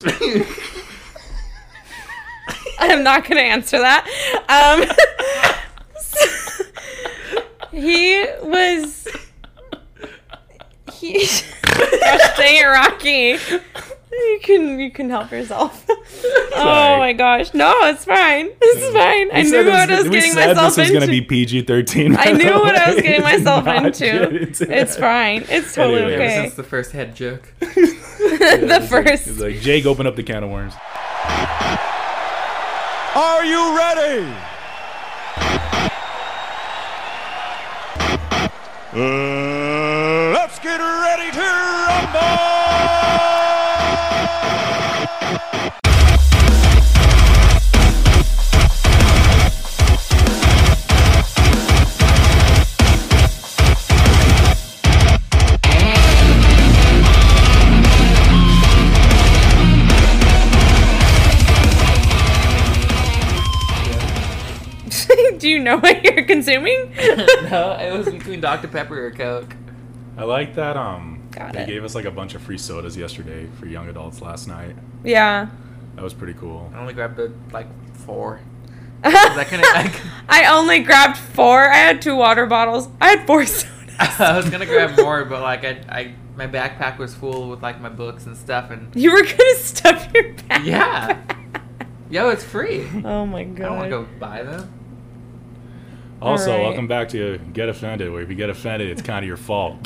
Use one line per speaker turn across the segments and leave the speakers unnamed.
I'm not gonna answer that. Um, so- he was. He. Gosh dang it, Rocky. You can you can help yourself. Oh
Sorry.
my gosh! No, it's fine. This is fine. I
We
knew
said
what
this-
I was
we
getting
said
myself
this was gonna
into.
be PG thirteen.
I knew what I was getting myself
Get
into.
into
It's
that.
fine. It's totally
Anyway,
Ever
okay.
since the first head joke.
the
It's like-
first.
It's like Jake, open up the can of worms.
Are you ready? Uh, let's get ready to rumble!
Do you know what you're consuming?
no, it was between Dr. Pepper or Coke.
I like that. Um,
Got
they
it.
gave us like a bunch of free sodas yesterday for young adults last night.
yeah.
That was pretty cool.
I only grabbed uh, like four. 'Cause I couldn't. I,
I,
c-
only grabbed four. I had two water bottles. I had four sodas.
I was gonna grab more, but like I, I, my backpack was full with like my books and stuff, and
You were gonna stuff your back.
Yeah. yo, it's free.
Oh my
I don't want to
god.
go buy them.
Also,
Alright.
welcome back to Get Offended, where if you get offended, it's kind of your fault.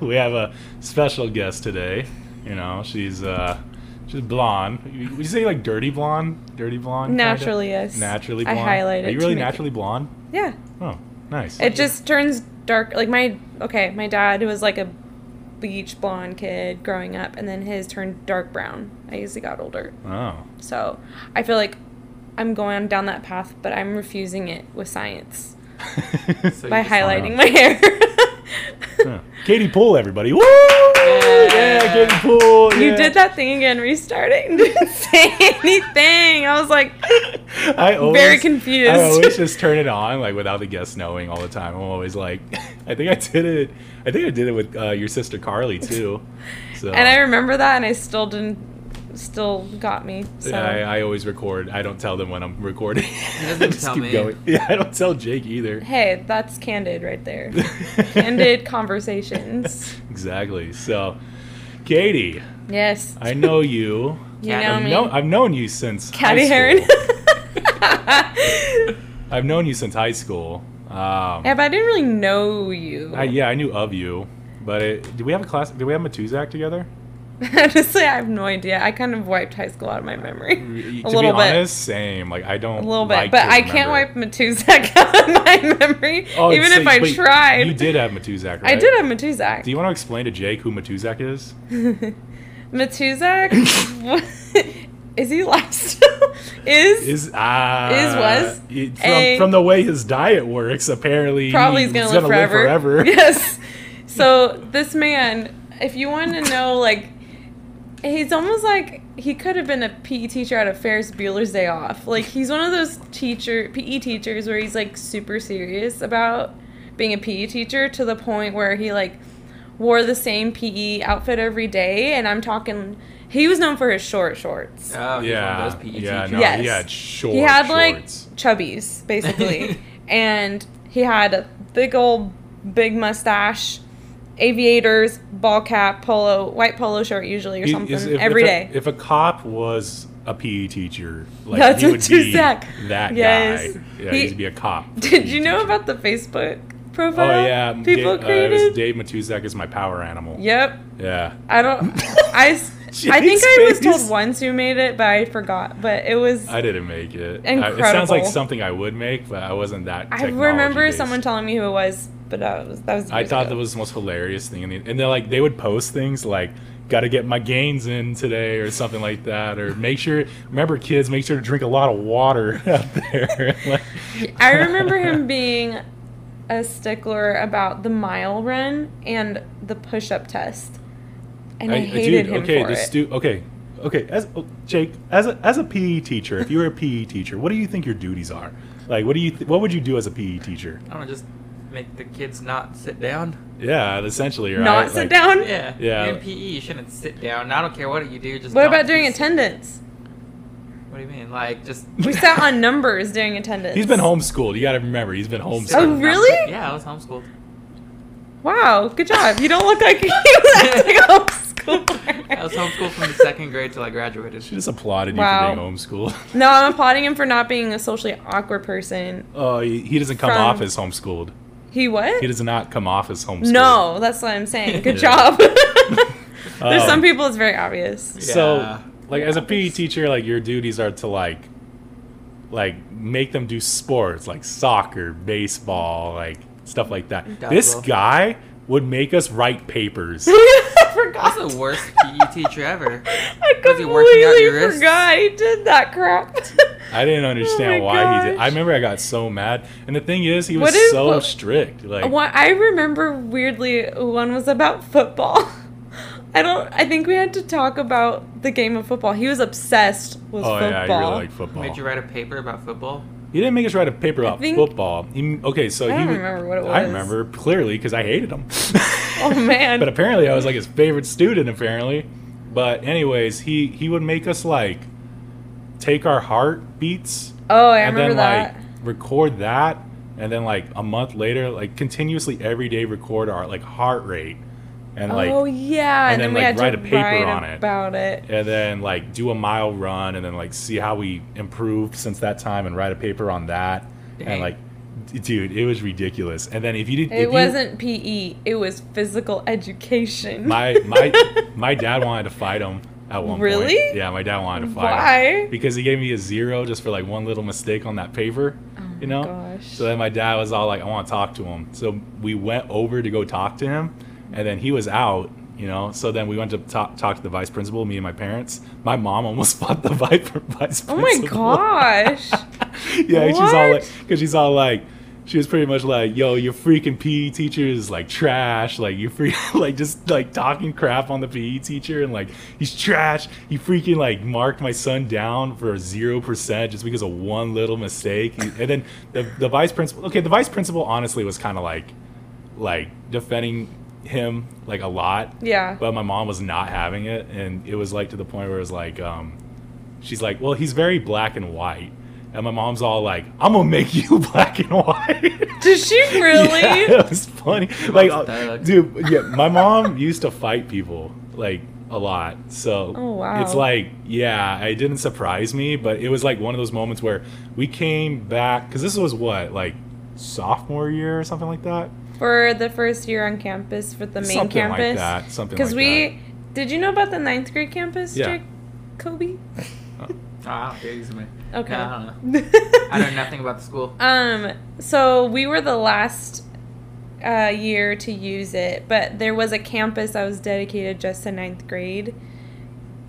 we have a special guest today. You know, she's uh, she's blonde. You- Would you say like dirty blonde? Dirty blonde? kinda?
Naturally, yes.
Naturally
I
blonde.
highlight
Are
it
you
to
really
make it-
naturally blonde?
Yeah.
Oh, nice.
It just turns dark. Like my okay, my dad who was like a bleach blonde kid growing up, and then his turned dark brown as he got older.
oh,
So I feel like I'm going down that path, but I'm refusing it with science
So
by
you just wanna-
highlighting my hair.
Yeah. Katie Poole, everybody. Woo!
Yeah.
Yeah, Katie Poole.
You
yeah.
did that thing again, restarting. Didn't say anything. I was like,
I always,
Very confused.
I always just turn it on like without the guests knowing all the time. I'm always like, I think I did it. I think I did it with uh, your sister Carly too. So
and I remember that, and I still didn't. Still got me. So.
yeah, I, I always record. I don't tell them when I'm recording. He
doesn't tell me.
Yeah, I don't tell Jake either.
hey, that's candid right there. candid conversations.
exactly. So, Katie,
Yes.
I know you.
you
Yeah,
know
I've,
me.
known, I've known you since
Caddy
high
Heron.
school. I've known you since high school. Um,
yeah, but I didn't really know you.
I, yeah, I knew of you, but it, did we have a class? Did we have Matuzak together?
Honestly, I have no idea. I kind of wiped high school out of my memory.
to
A little
be
bit.
honest, same. Like I don't
A little bit,
like
but
to
I can't
remember.
wipe Matuzak out of my memory,
Oh,
even
so-
if I
but
tried.
You did have Matuzak, right?
I did have Matuzak.
Do you want to explain to Jake who Matuzak is?
Matuzak wa- is he alive still? is,
Is ah
Is, was,
it- from,
a-
from the way his diet works, apparently
probably is gonna,
he's
live, forever.
forever.
Yes. So this man, if you want to know, like, he's almost like he could have been a PE teacher out of Ferris Bueller's Day Off. Like he's one of those teacher PE teachers where he's like super serious about being a PE teacher to the point where he like wore the same PE outfit every day, and I'm talking. He was known for his short shorts.
Oh, he's
yeah,
One of those PE
yeah,
teachers.
no,
Yes.
he had short
he had
shorts.
like chubbies basically and he had a big old big mustache aviators ball cap polo white polo shirt usually or
He-
something
is-
every day.
if A, if a cop was a PE teacher, like
That's
he would be
Matuzak.
that
Yes.
guy. Yeah,
He-
he, would be a cop. for
did
PE
you know
teacher.
about the facebook
Oh
profile
yeah,
people
Dave, Uh, it
created
was Dave Matuzak is my power animal.
yep
Yeah.
i don't i s- i think
Jade's
i was
face.
told once who made it but i forgot but it was
I didn't make it. I, it sounds
Incredible.
like something I would make, but I wasn't that.
i remember
technology-based.
someone telling me who it was but that was that was
I
years
thought
ago.
that was the most hilarious thing, in the, and they like they would post things like "Got to get my gains in today" or something like that, or make sure. Remember, kids, make sure to drink a lot of water out there. Like-
I remember him being a stickler about the mile run and the push up test. And I,
I-
hated
dude,
him
okay,
for
this
it.
stu- okay, okay. As oh, Jake, as a as a PE teacher, if you were a PE teacher, what do you think your duties are? Like, what do you th- what would you do as a PE teacher?
I don't know, just make the kids not sit down.
Yeah, essentially, right?
Not sit
Like,
down.
Yeah.
Yeah.
In PE, E, you shouldn't sit down. I don't care what you do. Just
What
don't
about during
be sit-
attendance?
What do you mean? Like just.
We sat on numbers during attendance.
He's been homeschooled. You got to remember, he's been homeschooled.
Oh, really?
Yeah, I was homeschooled.
Wow, good job. You don't look like you act like a
I was
homeschooler.
homeschooled from the second grade till I graduated.
She just applauded
Wow.
you for being homeschooled.
No, I'm applauding him for not being a socially awkward person.
Oh, he, he doesn't come
From-
off as homeschooled.
He what?
He does not come off as homeschooled.
No, that's what I'm saying. Good
Yeah.
job. There's
Um,
some people it's very obvious.
So,
Yeah.
like, as a PE teacher, like your duties are to like, like make them do sports like soccer, baseball, like stuff like that. This
Dodgeball.
guy would make us write papers.
Oh I forgot.
That's the worst E PE teacher ever.
I
Was he working out your
completely
wrists?
forgot he did that crap.
I didn't understand
my
why he did.
gosh.
I remember I got so mad, and the thing is, he was
What is-
so
what-
strict. Like,
One, I remember weirdly one was about football. I don't. I think we had to talk about the game of football. He was obsessed with
oh
football.
yeah, he really liked football.
Made you write a paper about football?
He didn't make us write a paper about
think-
football. He, okay, so
I
he
don't
would-
remember what it
I
was.
remember clearly because I hated him.
Oh man.
but apparently I was like his favorite student apparently. But anyways, he he would make us like take our heartbeats
oh, I
and
remember
then
that.
like record that and then like a month later like continuously every day record our like heart rate and like
oh yeah,
and
and,
then,
then, we
like,
had
write
to
a paper
write
on it.
about it.
and then like do a mile run and then like see how we improved since that time and write a paper on that and
Dang.
like d- dude it was ridiculous and then if you didn't if
It
you-
wasn't PE. It was physical education.
my my my dad wanted to fight him at one point.
Really?
Yeah, my dad wanted to fight him.
Why?
Because he gave me a zero just for like one little mistake on that paper. you know?
Oh gosh.
So then my dad was all like, I want to talk to him. So we went over to go talk to him and then he was out. You know, so then we went to talk, talk to the vice principal, me and my parents. My mom almost fought the vi- vice principal.
oh my gosh.
yeah, and she's all
What?
like, because she's all like, she was pretty much like, "Yo, your freaking PE teacher is like trash. Like you free, like just like talking crap on the PE teacher and like he's trash. He freaking like marked my son down for zero percent just because of one little mistake. He- and then the the vice principal. Okay, the vice principal honestly was kind of like, like defending him like a lot
yeah.
but my mom was not having it and it was like to the point where it was like um she's like well he's very black and white and my mom's all like i'm gonna make you black and white
Did she really?
yeah, it was funny like
mom's a
uh,
dialect.
dude yeah my mom used to fight people like a lot so
Oh, wow.
it's like yeah it didn't surprise me but it was like one of those moments where we came back because this was what like sophomore year or something like that
For the first year on campus, for the main
Something like
campus.
that, something
Because
like
we, did you know about the ninth grade campus,
Yeah.
Jack Kobe?
Ah, excuse me.
Okay.
No, I don't know. Uh-huh. I know nothing about the school.
Um, so we were the last uh, year to use it, but there was a campus that was dedicated just to ninth grade,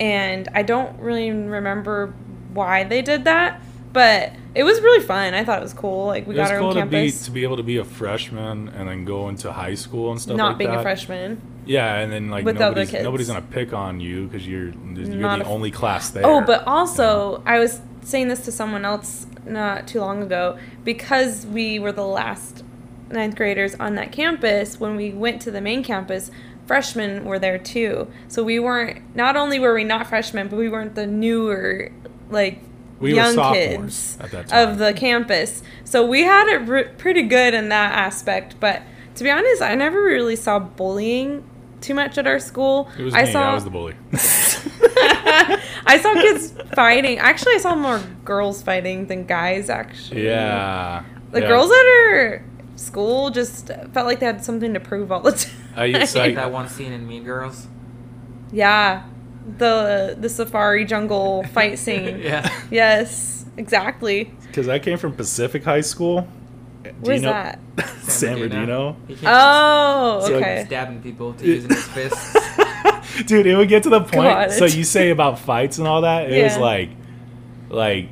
and I don't really remember why they did that, but it was really fun. I thought it was cool. Like we
It was
got our
cool
own
to be
campus,
to be able to be a freshman and then go into high school and stuff.
not
like
being
that.
a freshman.
Yeah, and then like
with other
nobody's,
kids.
nobody's gonna pick on you because you're you're
Not
the
a-
only class there.
Oh, but also I was saying this to someone else not too long ago because we were the last ninth graders on that campus. When we went to the main campus, freshmen were there too. So we weren't. Not only were we not freshmen, but we weren't the newer like.
We were
young
sophomores
kids
at that time.
of the campus, so we had it re- pretty good in that aspect. But to be honest, I never really saw bullying too much at our school.
it was
I
me.
saw
I was the bully.
I saw kids fighting. Actually, I saw more girls fighting than guys. Actually,
yeah.
the
yeah.
girls at our school just felt like they had something to prove all the time.
I used to-
Like-
that one scene in Mean Girls.
yeah, the the safari jungle fight scene.
yeah.
Yes, exactly.
because I came from Pacific High School. Do you
Where's
know-
that?
San Bernardino.
He can't
Oh,
So-
okay.
keep stabbing people to using his fists.
Dude, it would get to the point.
God.
So you say about fights and all that. It was
Yeah.
like, like,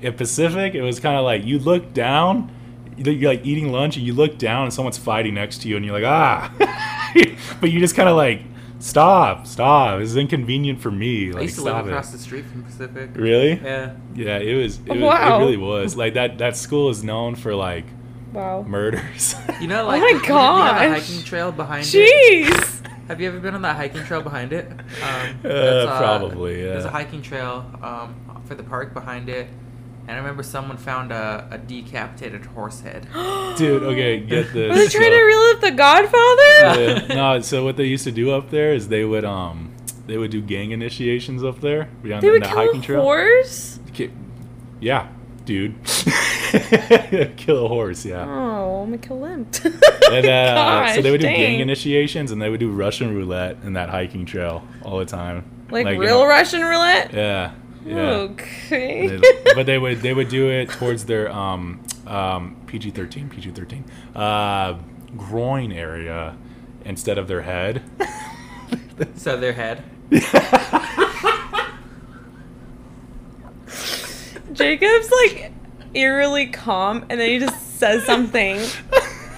in Pacific, it was kind of like you look down, you- you're like eating lunch, and you look down, and someone's fighting next to you, and you're like, ah, but you just kind of like, stop, stop. This is inconvenient for me.
I
Like,
used to live
stop it.
across the street from Pacific.
Really?
Yeah.
Yeah, it was. It, was, it
Wow.
really was. Like that. That school is known for like
Wow.
murders.
You know, like
Oh my
you- you have a
gosh.
hiking trail behind it.
Jeez.
Have you ever been on that hiking trail behind it? Um, that's,
uh, probably. Yeah.
There's a hiking trail um, for the park behind it, and I remember someone found a, a decapitated horse head.
Dude, okay, get this.
Were they trying
so-
to reel up the Godfather?
Yeah. no, so what they used to do up there is they would um they would do gang initiations up there beyond
They
the
would
that
kill
hiking
a
trail.
horse?
Ki- Yeah, dude. kill a horse, yeah.
Oh, I'm gonna kill him.
And, uh, so they would do gang
Oh dang.
initiations and they would do Russian roulette in that hiking trail all the time.
Like,
you
real
know-
Russian roulette?
Yeah. Yeah.
Okay.
They- but they would they would do it towards their um, um, PG thirteen PG thirteen uh, groin area instead of their head.
So their head.
Jacob's like eerily calm, and then he just says something.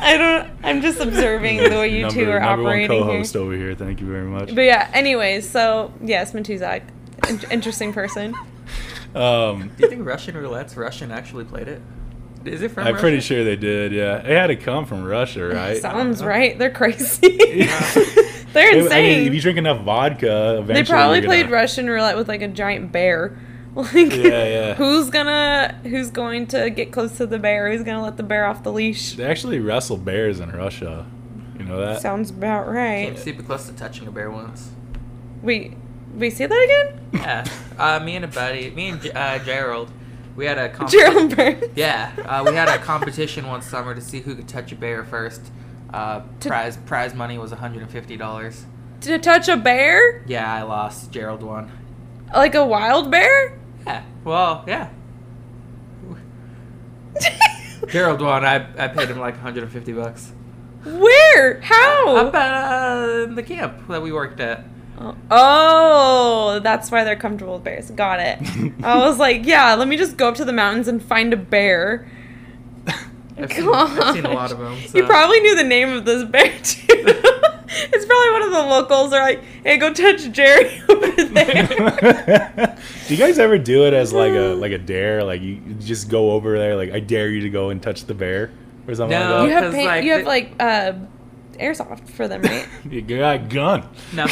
I don't. I'm just observing the way you two
Number-
are
number
operating
one
here.
co-host over here. Thank you very much.
But yeah. Anyways, so yes, Matuzak, in- interesting person.
Um,
Do you think Russian roulette's Russian actually played it? Is it from?
I'm pretty
Russia?
sure they did. Yeah, it had to come from Russia, right?
Sounds right. They're crazy.
I
They're
mean,
insane.
if you drink enough vodka, eventually
they probably
you're gonna-
played Russian roulette with like a giant bear. Like,
Yeah, yeah.
who's gonna who's going to get close to the bear? Who's gonna let the bear off the leash?
They actually wrestle bears in Russia. You know that?
Sounds about
Came
right.
super close to touching a bear once.
Wait, wait, say that again?
Yeah. Uh, me and a buddy, me and J- uh, Gerald, we had a
Oh.
competition.
Jerome Burns.
Yeah, uh, we had a competition one summer to see who could touch a bear first. Uh,
To-
prize prize money was $150.
To touch a bear?
Yeah, I lost. Gerald won.
Like a wild bear?
Yeah. Well, yeah. Gerald won. I, I paid him like 150 bucks.
Where? How?
Up at uh, the camp that we worked at.
Oh, that's why they're comfortable with bears. Got it. I was like, yeah, let me just go up to the mountains and find a bear.
I've seen, I've seen a
Gosh.
lot of them. So.
You probably knew the name of this bear too. it's probably one of the locals. They're like, hey, go touch Jerry over there.
do you guys ever do it as like a like a dare? Like you you just go over there, like I dare you to go and touch the bear or something
No.
you
like
have
Because,
paint,
Oh, like,
you have
the-
like uh, airsoft for them, right?
that. You got a gun.
No.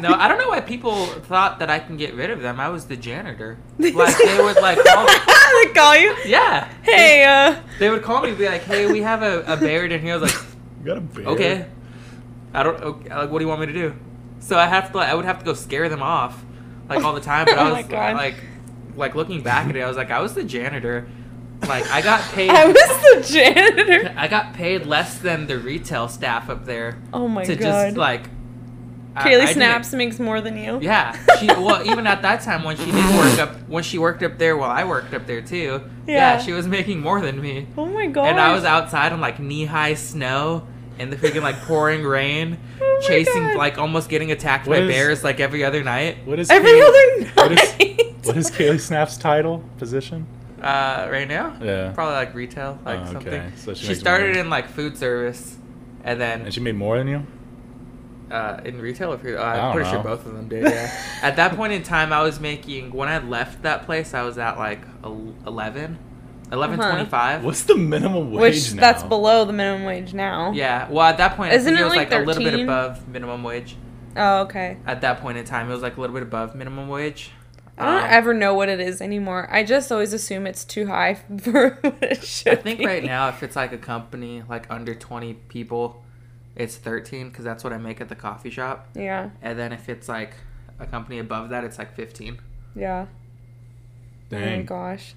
No, I don't know why people thought that I can get rid of them. I was the janitor. Like, they would, like, call,
they call you.
yeah.
Hey, uh,
They would call me and be like, hey, we have a, a bear in here. I was like,
You got a bear.
okay. I don't, okay, like, what do you want me to do? So I have to, like, I would have to go scare them off, like, all the time. But I
Oh my
was,
God.
like, like, looking back at it, I was like, I was the janitor. Like, I got paid.
I was the janitor.
I got paid less than the retail staff up there
Oh my
to
god.
just like. I- I
Kaylee
didn't-
Snaps makes more than you.
Yeah, she well even at that time when she did work up when she worked up there while I worked up there too. Yeah,
Yeah.
she was making more than me.
Oh my god.
And I was outside in like knee high snow and the freaking like pouring rain,
Oh my
chasing
God.
like almost getting attacked
What
by
is-
bears like every other night.
What is
every
Kaylee-
other
What
night.
is, what is Kaylee Snap's title position?
Uh, right now,
Yeah.
probably like retail, like
Oh, okay.
something.
So she
she
makes
started
more.
in like food service, and then
And she made more than you.
uh, in retail or food? Uh,
I don't
I'm pretty
know.
sure both of them did. Yeah. at that point in time, I was making when I left that place, I was at like el- 11, 11
Uh-huh.
25.
What's the minimum wage
Which
now?
that's below the minimum wage now.
Yeah. Well, at that point,
Isn't
I think
it
it was
like
like, a little bit
13?
above minimum wage.
Oh, okay.
At that point in time, it was like a little bit above minimum wage.
I don't
Um,
ever know what it is anymore. I just always assume it's too high for what it should
I think
be.
right now, if it's like a company like under twenty people, it's thirteen because that's what I make at the coffee shop.
Yeah,
And then if it's like a company above that, it's like fifteen.
yeah. Oh my
Dang.
gosh.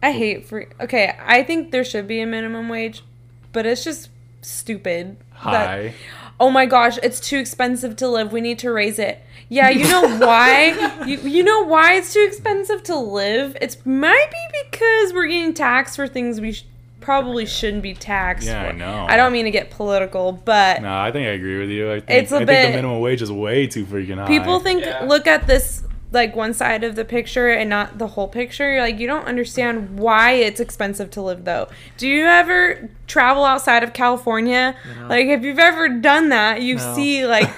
I hate free. Okay, I think there should be a minimum wage, but it's just stupid. that-
Hi.
oh my gosh, it's too expensive to live. We need to raise it. Yeah, you know why? you, you know why it's too expensive to live? It's might be because we're getting taxed for things we sh- probably shouldn't be taxed
Yeah, I
for.
know.
I don't mean to get political, but
No, I think I agree with you. I think,
It's a
I think
bit-
the minimum wage is way too freaking high.
people think
Yeah.
look at this like one side of the picture and not the whole picture You're like you don't understand why it's expensive to live though do you ever travel outside of california
No.
like if you've ever done that you
No.
see like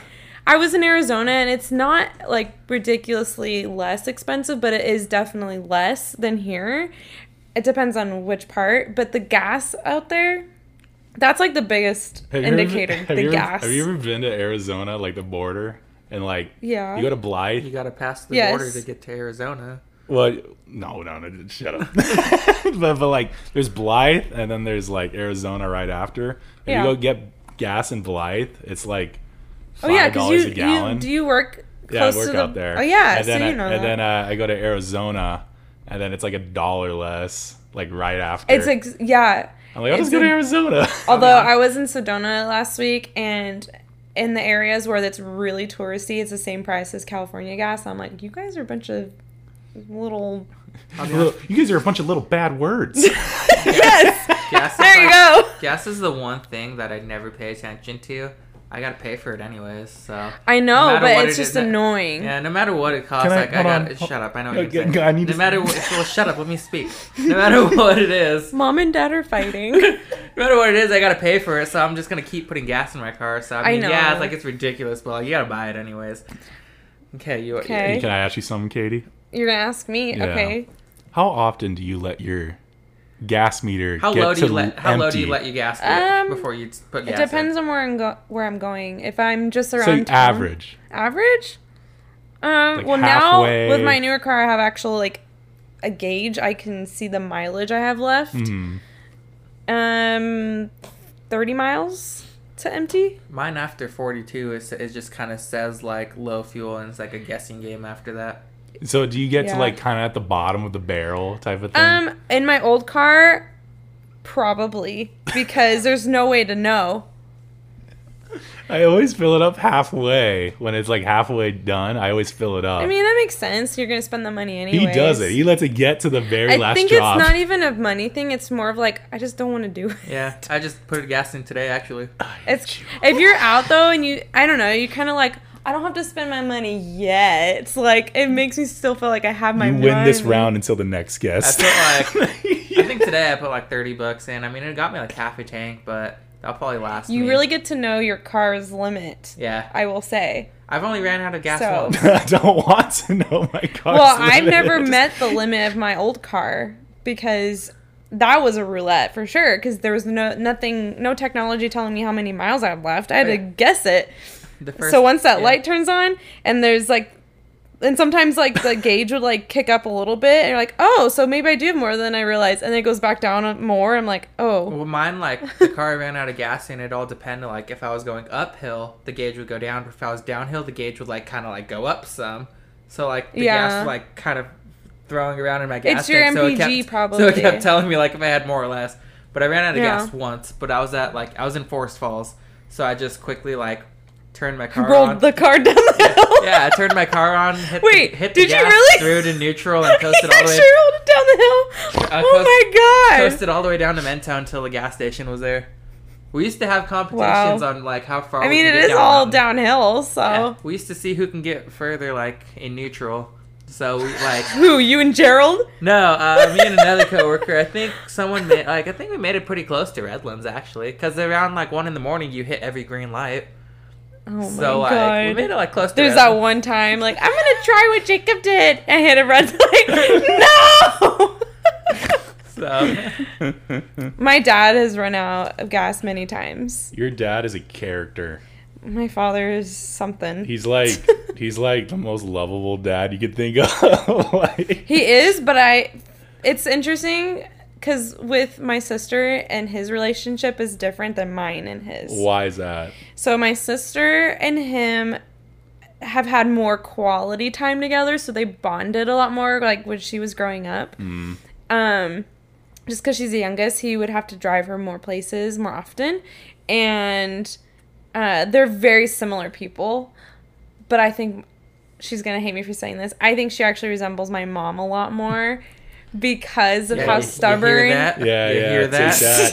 i was in arizona and it's not like ridiculously less expensive but it is definitely less than here it depends on which part, but the gas out there, that's like the biggest
Have you ever-
indicator.
have
the
you ever-
gas.
have you ever been to Arizona, like the border, and like
Yeah.
you go to Blythe?
You gotta pass the
Yes.
border to get to Arizona.
Well, no, no, no, shut up. but, but like, there's Blythe, and then there's like Arizona right after. If
Yeah.
you go get gas in Blythe, it's like
oh
five
yeah,
dollars
because you,
a gallon.
you do you work
yeah, I
close
work
to the
out there.
oh yeah,
and
so
then I,
you know
and
that.
then uh, I go to Arizona, and then it's like a dollar less, like right after.
it's like yeah.
I'm like, I'll just
it's Oh,
go to
in-
Arizona.
Although I was in Sedona last week and in the areas where that's really touristy, it's the same price as California gas. I'm like, you guys are a bunch of little
Little- you guys are a bunch of little bad words.
Yes.
Gas is
There you
like-
go.
Gas is the one thing that I never pay attention to. I gotta pay for it anyways, so.
I know,
matter what
but it's
it
just
is-
annoying.
Yeah, no matter what it costs,
Can I-
like I
hold on,
gotta
hold-
shut up. I know what
Okay,
you're saying.
I need
no
to-
matter what, well, shut up. Let me speak. No matter what it is,
Mom and dad are fighting.
no matter what it is, I gotta pay for it. So I'm just gonna keep putting gas in my car. So
I
I mean, yeah,
know.
it's like it's ridiculous, but like you gotta buy it anyways. Okay, you.
Okay.
Can I ask you something, Katie?
You're gonna ask me?
Yeah.
Okay.
How often do you let your gas meter
How
get
low do
to
you let? How low do you
empty?
let your gas get
Um,
before you put
It
gas?
depends on where I'm go- where I'm going. If I'm just around
So you
town-
average.
Average? Um
Like
well
halfway.
now with my newer car I have actual like a gauge. I can see the mileage I have left.
Hmm.
Um 30 miles to empty?
In. Mine after 42 is it just kind of says like low fuel and it's like a guessing game after that.
So do you get
Yeah.
to like kind of at the bottom of the barrel type of thing?
Um in my old car probably because there's no way to know.
I always fill it up halfway when it's like halfway done. I always fill it up.
I mean, that makes sense. You're going to spend the money anyway.
he does it. He lets it get to the very
I
last
think
drop.
it's not even a money thing. It's more of like I just don't want to do it.
Yeah, I just put gas in today actually.
It's if you're out though and you I don't know, you kind of like I don't have to spend my money yet. It's like it makes me still feel like I have my
you win this
money.
round until the next
I
guest.
put like I think today I put like 30 bucks in. I mean, it got me like half a tank, but that'll probably last.
You
me.
really get to know your car's limit.
Yeah,
I will say.
I've only ran out of gas
So-
once.
I don't want to know my car.
Well, I've never met the limit of my old car because that was a roulette for sure because there was no nothing no technology telling me how many miles I had left. I had to
Right.
guess it.
The first,
so once that
yeah.
light turns on and there's like and sometimes like the gauge would like kick up a little bit and you're like oh so maybe i do have more than i realized and then it goes back down more i'm like oh
Well, mine like the car ran out of gas, and it all depended. Like if I was going uphill, the gauge would go down. If I was downhill, the gauge would like kind of like go up some. So like the gas
Yeah.
was, like kind of throwing around in my gas.
It's your
tank, so
MPG
it kept- So
probably.
it kept telling me like if I had more or less. But I ran out of
Yeah.
gas once. But I was at like I was in Forest Falls, so I just quickly like turned my car on.
rolled the car down the hill
yeah, I turned my car on. Hit
Wait,
the, hit
did
the
you
gas,
really?
Threw to neutral and coasted
He
all the way. Uh,
actually rolled it down the hill
I
oh my god
Coasted all the way down to Mento until the gas station was there. We used to have competitions
Wow.
on like how far.
i
we
mean
could
it is
get down
all
mountain.
downhill so
Yeah. We used to see who can get further like in neutral. So we like
who you and gerald
no, uh, me and another coworker. I think someone made like I think we made it pretty close to Redlands actually, because around like one in the morning you hit every green light.
oh my
so like we
god
made it like close to.
there's that
Redlands.
one time like i'm gonna try what jacob did and hit a red light no
So
My dad has run out of gas many times.
Your dad is a character.
My father is something.
He's like he's like the most lovable dad you could think of. like,
he is, but I. It's interesting because with my sister and his relationship is different than mine and his.
why is that?
So my sister and him have had more quality time together, so they bonded a lot more. Like when she was growing up,
Mm.
um, just because she's the youngest, he would have to drive her more places more often, and uh, they're very similar people. But I think she's gonna hate me for saying this. I think she actually resembles my mom a lot more because of
Yeah,
how
you- you hear
stubborn
that?
Yeah,
You
yeah.
hear
take
that?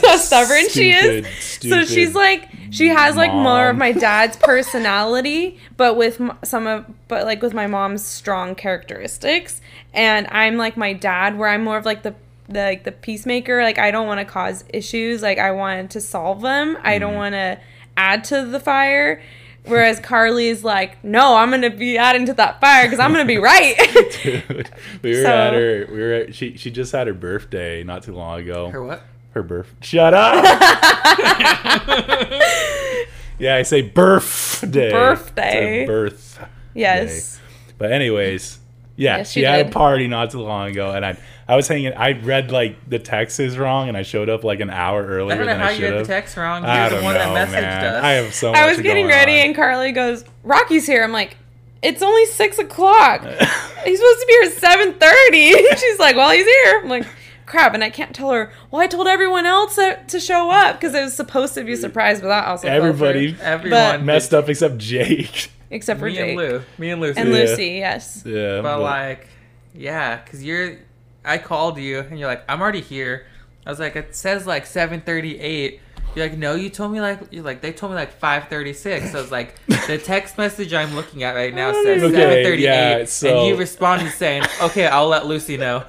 So stubborn she is.
stupid
so she's like she has like more of
mom.
my dad's personality but with m- some of but like with my mom's strong characteristics and i'm like my dad where i'm more of like the the, like the peacemaker like i don't want to
Mm.
cause issues like i want to solve them i don't want to add to the fire Whereas Carly is like, no, I'm gonna be out into that fire because I'm gonna be right.
Dude, we were
So-
at her. We were. At, she she just had her birthday not too long ago.
Her what?
Her birth. Shut up. yeah, I say birthday.
Birthday.
It's a birth.
yes.
But anyways, yeah,
Yes,
she
you
had a
did.
party not too long ago, and I I was hanging. I read like the texts is wrong, and I showed up like an hour earlier
I don't know
than
how
I
you
should
read the
have.
text wrong. You're
I
the
don't
one
know,
that messaged
man.
us.
I have so.
I
much
was getting
going
ready,
on.
and Carly goes, "Rocky's here." I'm like, "It's only six o'clock. he's supposed to be here at seven 30 She's like, "Well, he's here." I'm like, "Crap!" And I can't tell her. Well, I told everyone else that- to show up because it was supposed to be a surprise, but that also fell
Everybody
through.
Everyone
messed up except Jake.
except for
Me
Jake
and Lou. Me and Lucy.
and
Yeah.
Lucy. Yes.
Yeah,
But like, yeah, cause you're. I called you and you're like, I'm already here. I was like, it says like 7:38. You're like, no, you told me like you're like they told me like 5:36. I was like, the text message I'm looking at right now says
Okay,
7:38,
yeah,
and
so-
you responded saying, okay, I'll let Lucy know.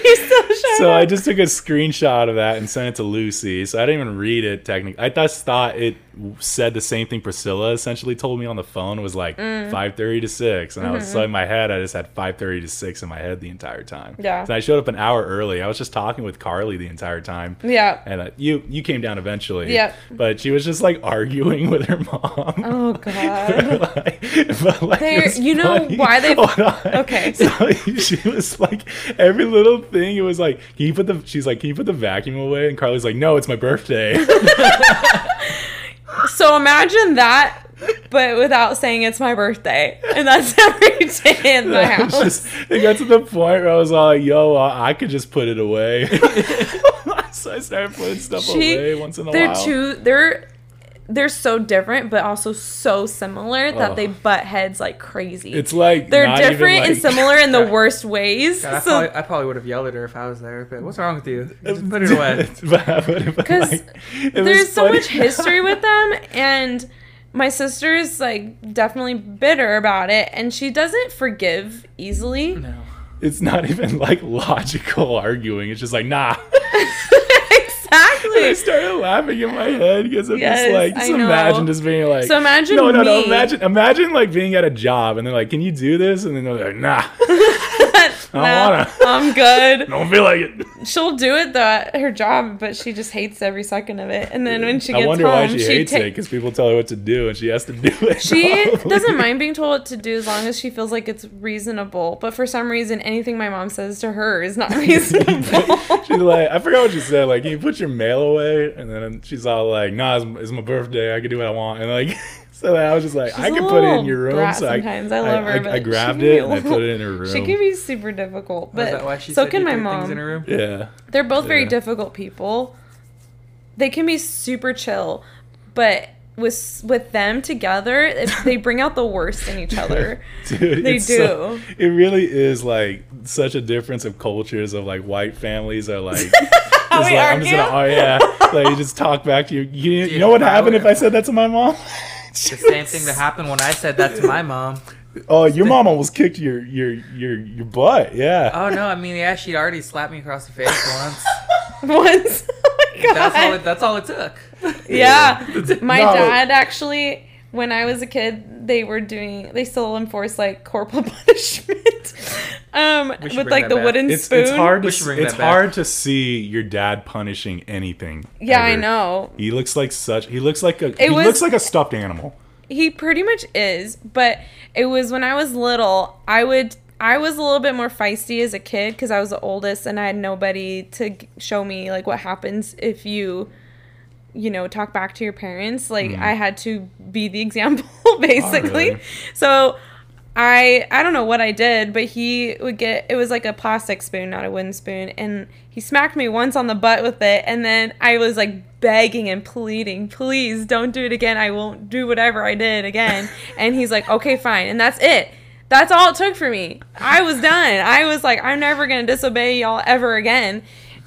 He still showed
so I
up.
just took a screenshot of that and sent it to Lucy. So I didn't even read it technically. I just thought it said the same thing Priscilla essentially told me on the phone was like
Mm.
5:30 to 6 and I was
Mm-hmm.
so in my head I just had 5:30 to 6 in my head the entire time.
Yeah.
So I showed up an hour early. I was just talking with Carly the entire time.
Yeah.
And uh, you you came down eventually.
Yep.
But she was just like arguing with her mom.
Oh God.
but like,
They're-
it was
you know
funny.
why they-
Hold on.
Okay.
So she was like, every little thing. It was like, can you put the? She's like, can you put the vacuum away? And Carly's like, no, it's my birthday.
So imagine that, but without saying it's my birthday, and that's every day in the
It was
house.
just- it got to the point where I was all like, yo, I, I could just put it away. so I started putting stuff
She-
away once in a
they're
while.
two. They're they're so different, but also so similar that
Oh.
they butt heads like crazy.
it's like
they're
not even,
different and
like-
similar in the worst ways.
God, I,
so
probably, I probably would have yelled at her if I was there. But what's wrong with you? Just put it away.
Because
Because
there's so much history with them and my sister is like definitely bitter about it and she doesn't forgive easily
No.
It's not even like logical arguing. It's just like, nah. And I
exactly
started laughing in my head because I'm
Yes,
just like,
I
just
know.
imagine just being like,
So imagine
no, no, no,
me.
imagine, imagine like being at a job and they're like, can you do this? And then they're like, nah,
Nah,
wanna.
i'm good
don't feel like it.
she'll do it though at her job but she just hates every second of it and then when she gets
I wonder
home
why she, hates
ta-
it because people tell her what to do and she has to do it.
she
probably.
doesn't mind being told what to do as long as she feels like it's reasonable but for some reason anything my mom says to her is not reasonable
she's like, I forgot what she said. Like, can you put your mail away? And then she's all like, Nah, it's, it's my birthday. I can do what I want. And like, so then I was just like, I
a
can put it in
little
your room.
brat
So I,
sometimes. I love her,
I,
but
I
she
grabbed
can be
it
a
and I
little-
put it in her room.
She can be super difficult,
Is
but
that why she
so
said
can
you
my
threw Things in her
mom.
room?
yeah.
They're both very
Yeah.
difficult people. They can be super chill, but with with them together, it, they bring out the worst in each other.
Dude,
They
it's so- it really is like such a difference of cultures of like white families are like. just like, I'm just gonna, oh yeah, like you just talk back to your. You, you
Dude,
know what
if I
happened if
were-
I said that to my mom? She
The same
was-
thing that happened when I said that to my mom.
Oh, your mom almost kicked your your your your butt. Yeah.
Oh no, I mean, yeah, she'd already slapped me across the face once.
Once, oh my god,
That's all. It, that's all it took.
yeah. My
No, but-
dad actually, when I was a kid, they were doing. They still enforce like corporal punishment, um,
We should
with
bring
like
that
the
back.
wooden
It's
spoon.
it's hard to
We should
s-
bring
it's
that back.
hard to see your dad punishing anything.
Yeah, I
ever.
know.
He looks like such. He looks like a. he
was-
looks like a stuffed animal.
he pretty much is but it was when i was little i would i was a little bit more feisty as a kid because i was the oldest and i had nobody to g- show me like what happens if you you know talk back to your parents like i had to be the example basically
Hmm. Oh, really?
so i i don't know what i did but he would get it was like a plastic spoon not a wooden spoon and he smacked me once on the butt with it and then i was like begging and pleading please don't do it again i won't do whatever i did again and he's like okay fine and that's it that's all it took for me i was done i was like i'm never gonna disobey y'all ever again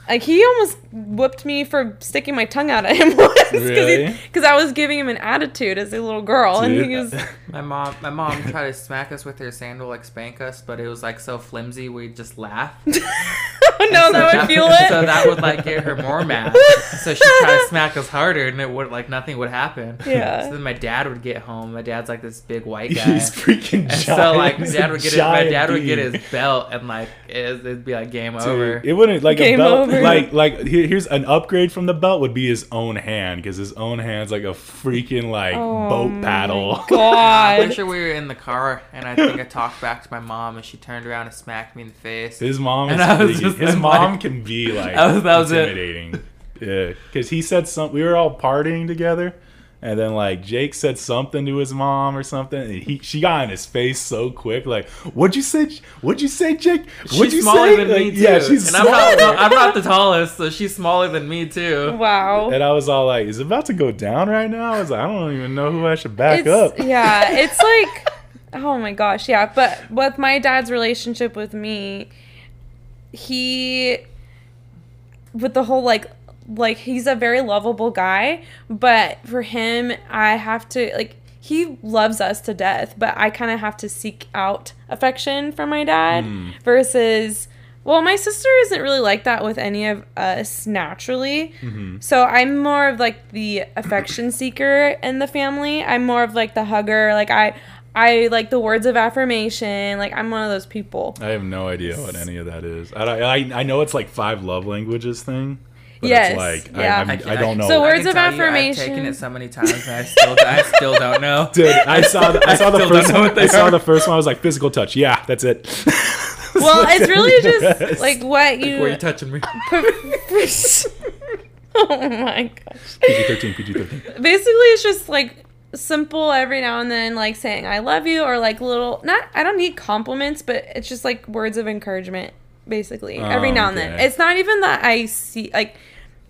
like he almost whipped me for sticking my tongue out at him once
Really?
because I was giving him an attitude as a little girl, and he was
My mom, my mom tried to smack us with her sandal, like spank us, but it was like so flimsy. We'd just laugh.
don't know
So
"Oh, that would feel it.
So that would like get her more mad. So she tried to smack us harder, and it would like nothing would happen.
Yeah.
So then my dad would get home. My dad's like this big white guy.
He's freaking
and
giant.
so like my
He's
dad
a
would get his, my
giant
dad would get
being.
his belt and like it, it'd be like game
Dude,
over.
It wouldn't like
Game
a belt.
over.
Like like here, here's an upgrade from the belt would be his own hand because his own hand's like a freaking like
Oh
boat
my
paddle.
I'm pretty
God.
sure we were in the car, and I think I talked back to my mom, and she turned around and smacked me in the face.
His mom is
And I was
pretty-
just
his
like-
mom can be like
That was- that was it.
intimidating. yeah, because he said something. We were all partying together, and then like Jake said something to his mom or something, and he she got in his face so quick. Like, what'd you say? J- What'd you say, Jake? What'd
she's
you
smaller
say?
than
Like,
me too.
Yeah, she's
and I'm not,
smaller.
I'm not the tallest, so she's smaller than me too.
Wow.
And I was all like, "Is it about to go down right now?" I was like, "I don't even know who I should back
It's
up."
yeah, it's like oh my gosh, yeah, but with my dad's relationship with me, he with the whole like like he's a very lovable guy, but for him I have to like he loves us to death, but I kind of have to seek out affection from my dad
Hmm.
versus well, my sister isn't really like that with any of us naturally. So I'm more of like the affection seeker in the family. I'm more of like the hugger. Like I I like the words of affirmation. Like I'm one of those people.
I have no idea what any of that is. I don't- I, I know it's like five love languages thing. But
Yes,
it's like
yeah.
I, I'm-
I
I don't know.
So
I
words
can
of
tell you, I've
affirmation.
taken it so many times, and I still, I still don't know.
Dude, I saw the, I saw the
still
first
don't know
one.
what they
I saw
are.
the first one. I was like physical touch. Yeah, that's it.
Well, it's really
The
just
rest.
like what you.
Were you touching me?
Uh, oh my gosh.
PG-13, PG-13.
basically it's just like simple every now and then like saying i love you or like little not i don't need compliments but it's just like words of encouragement basically every now and then
Okay.
it's not even that i see like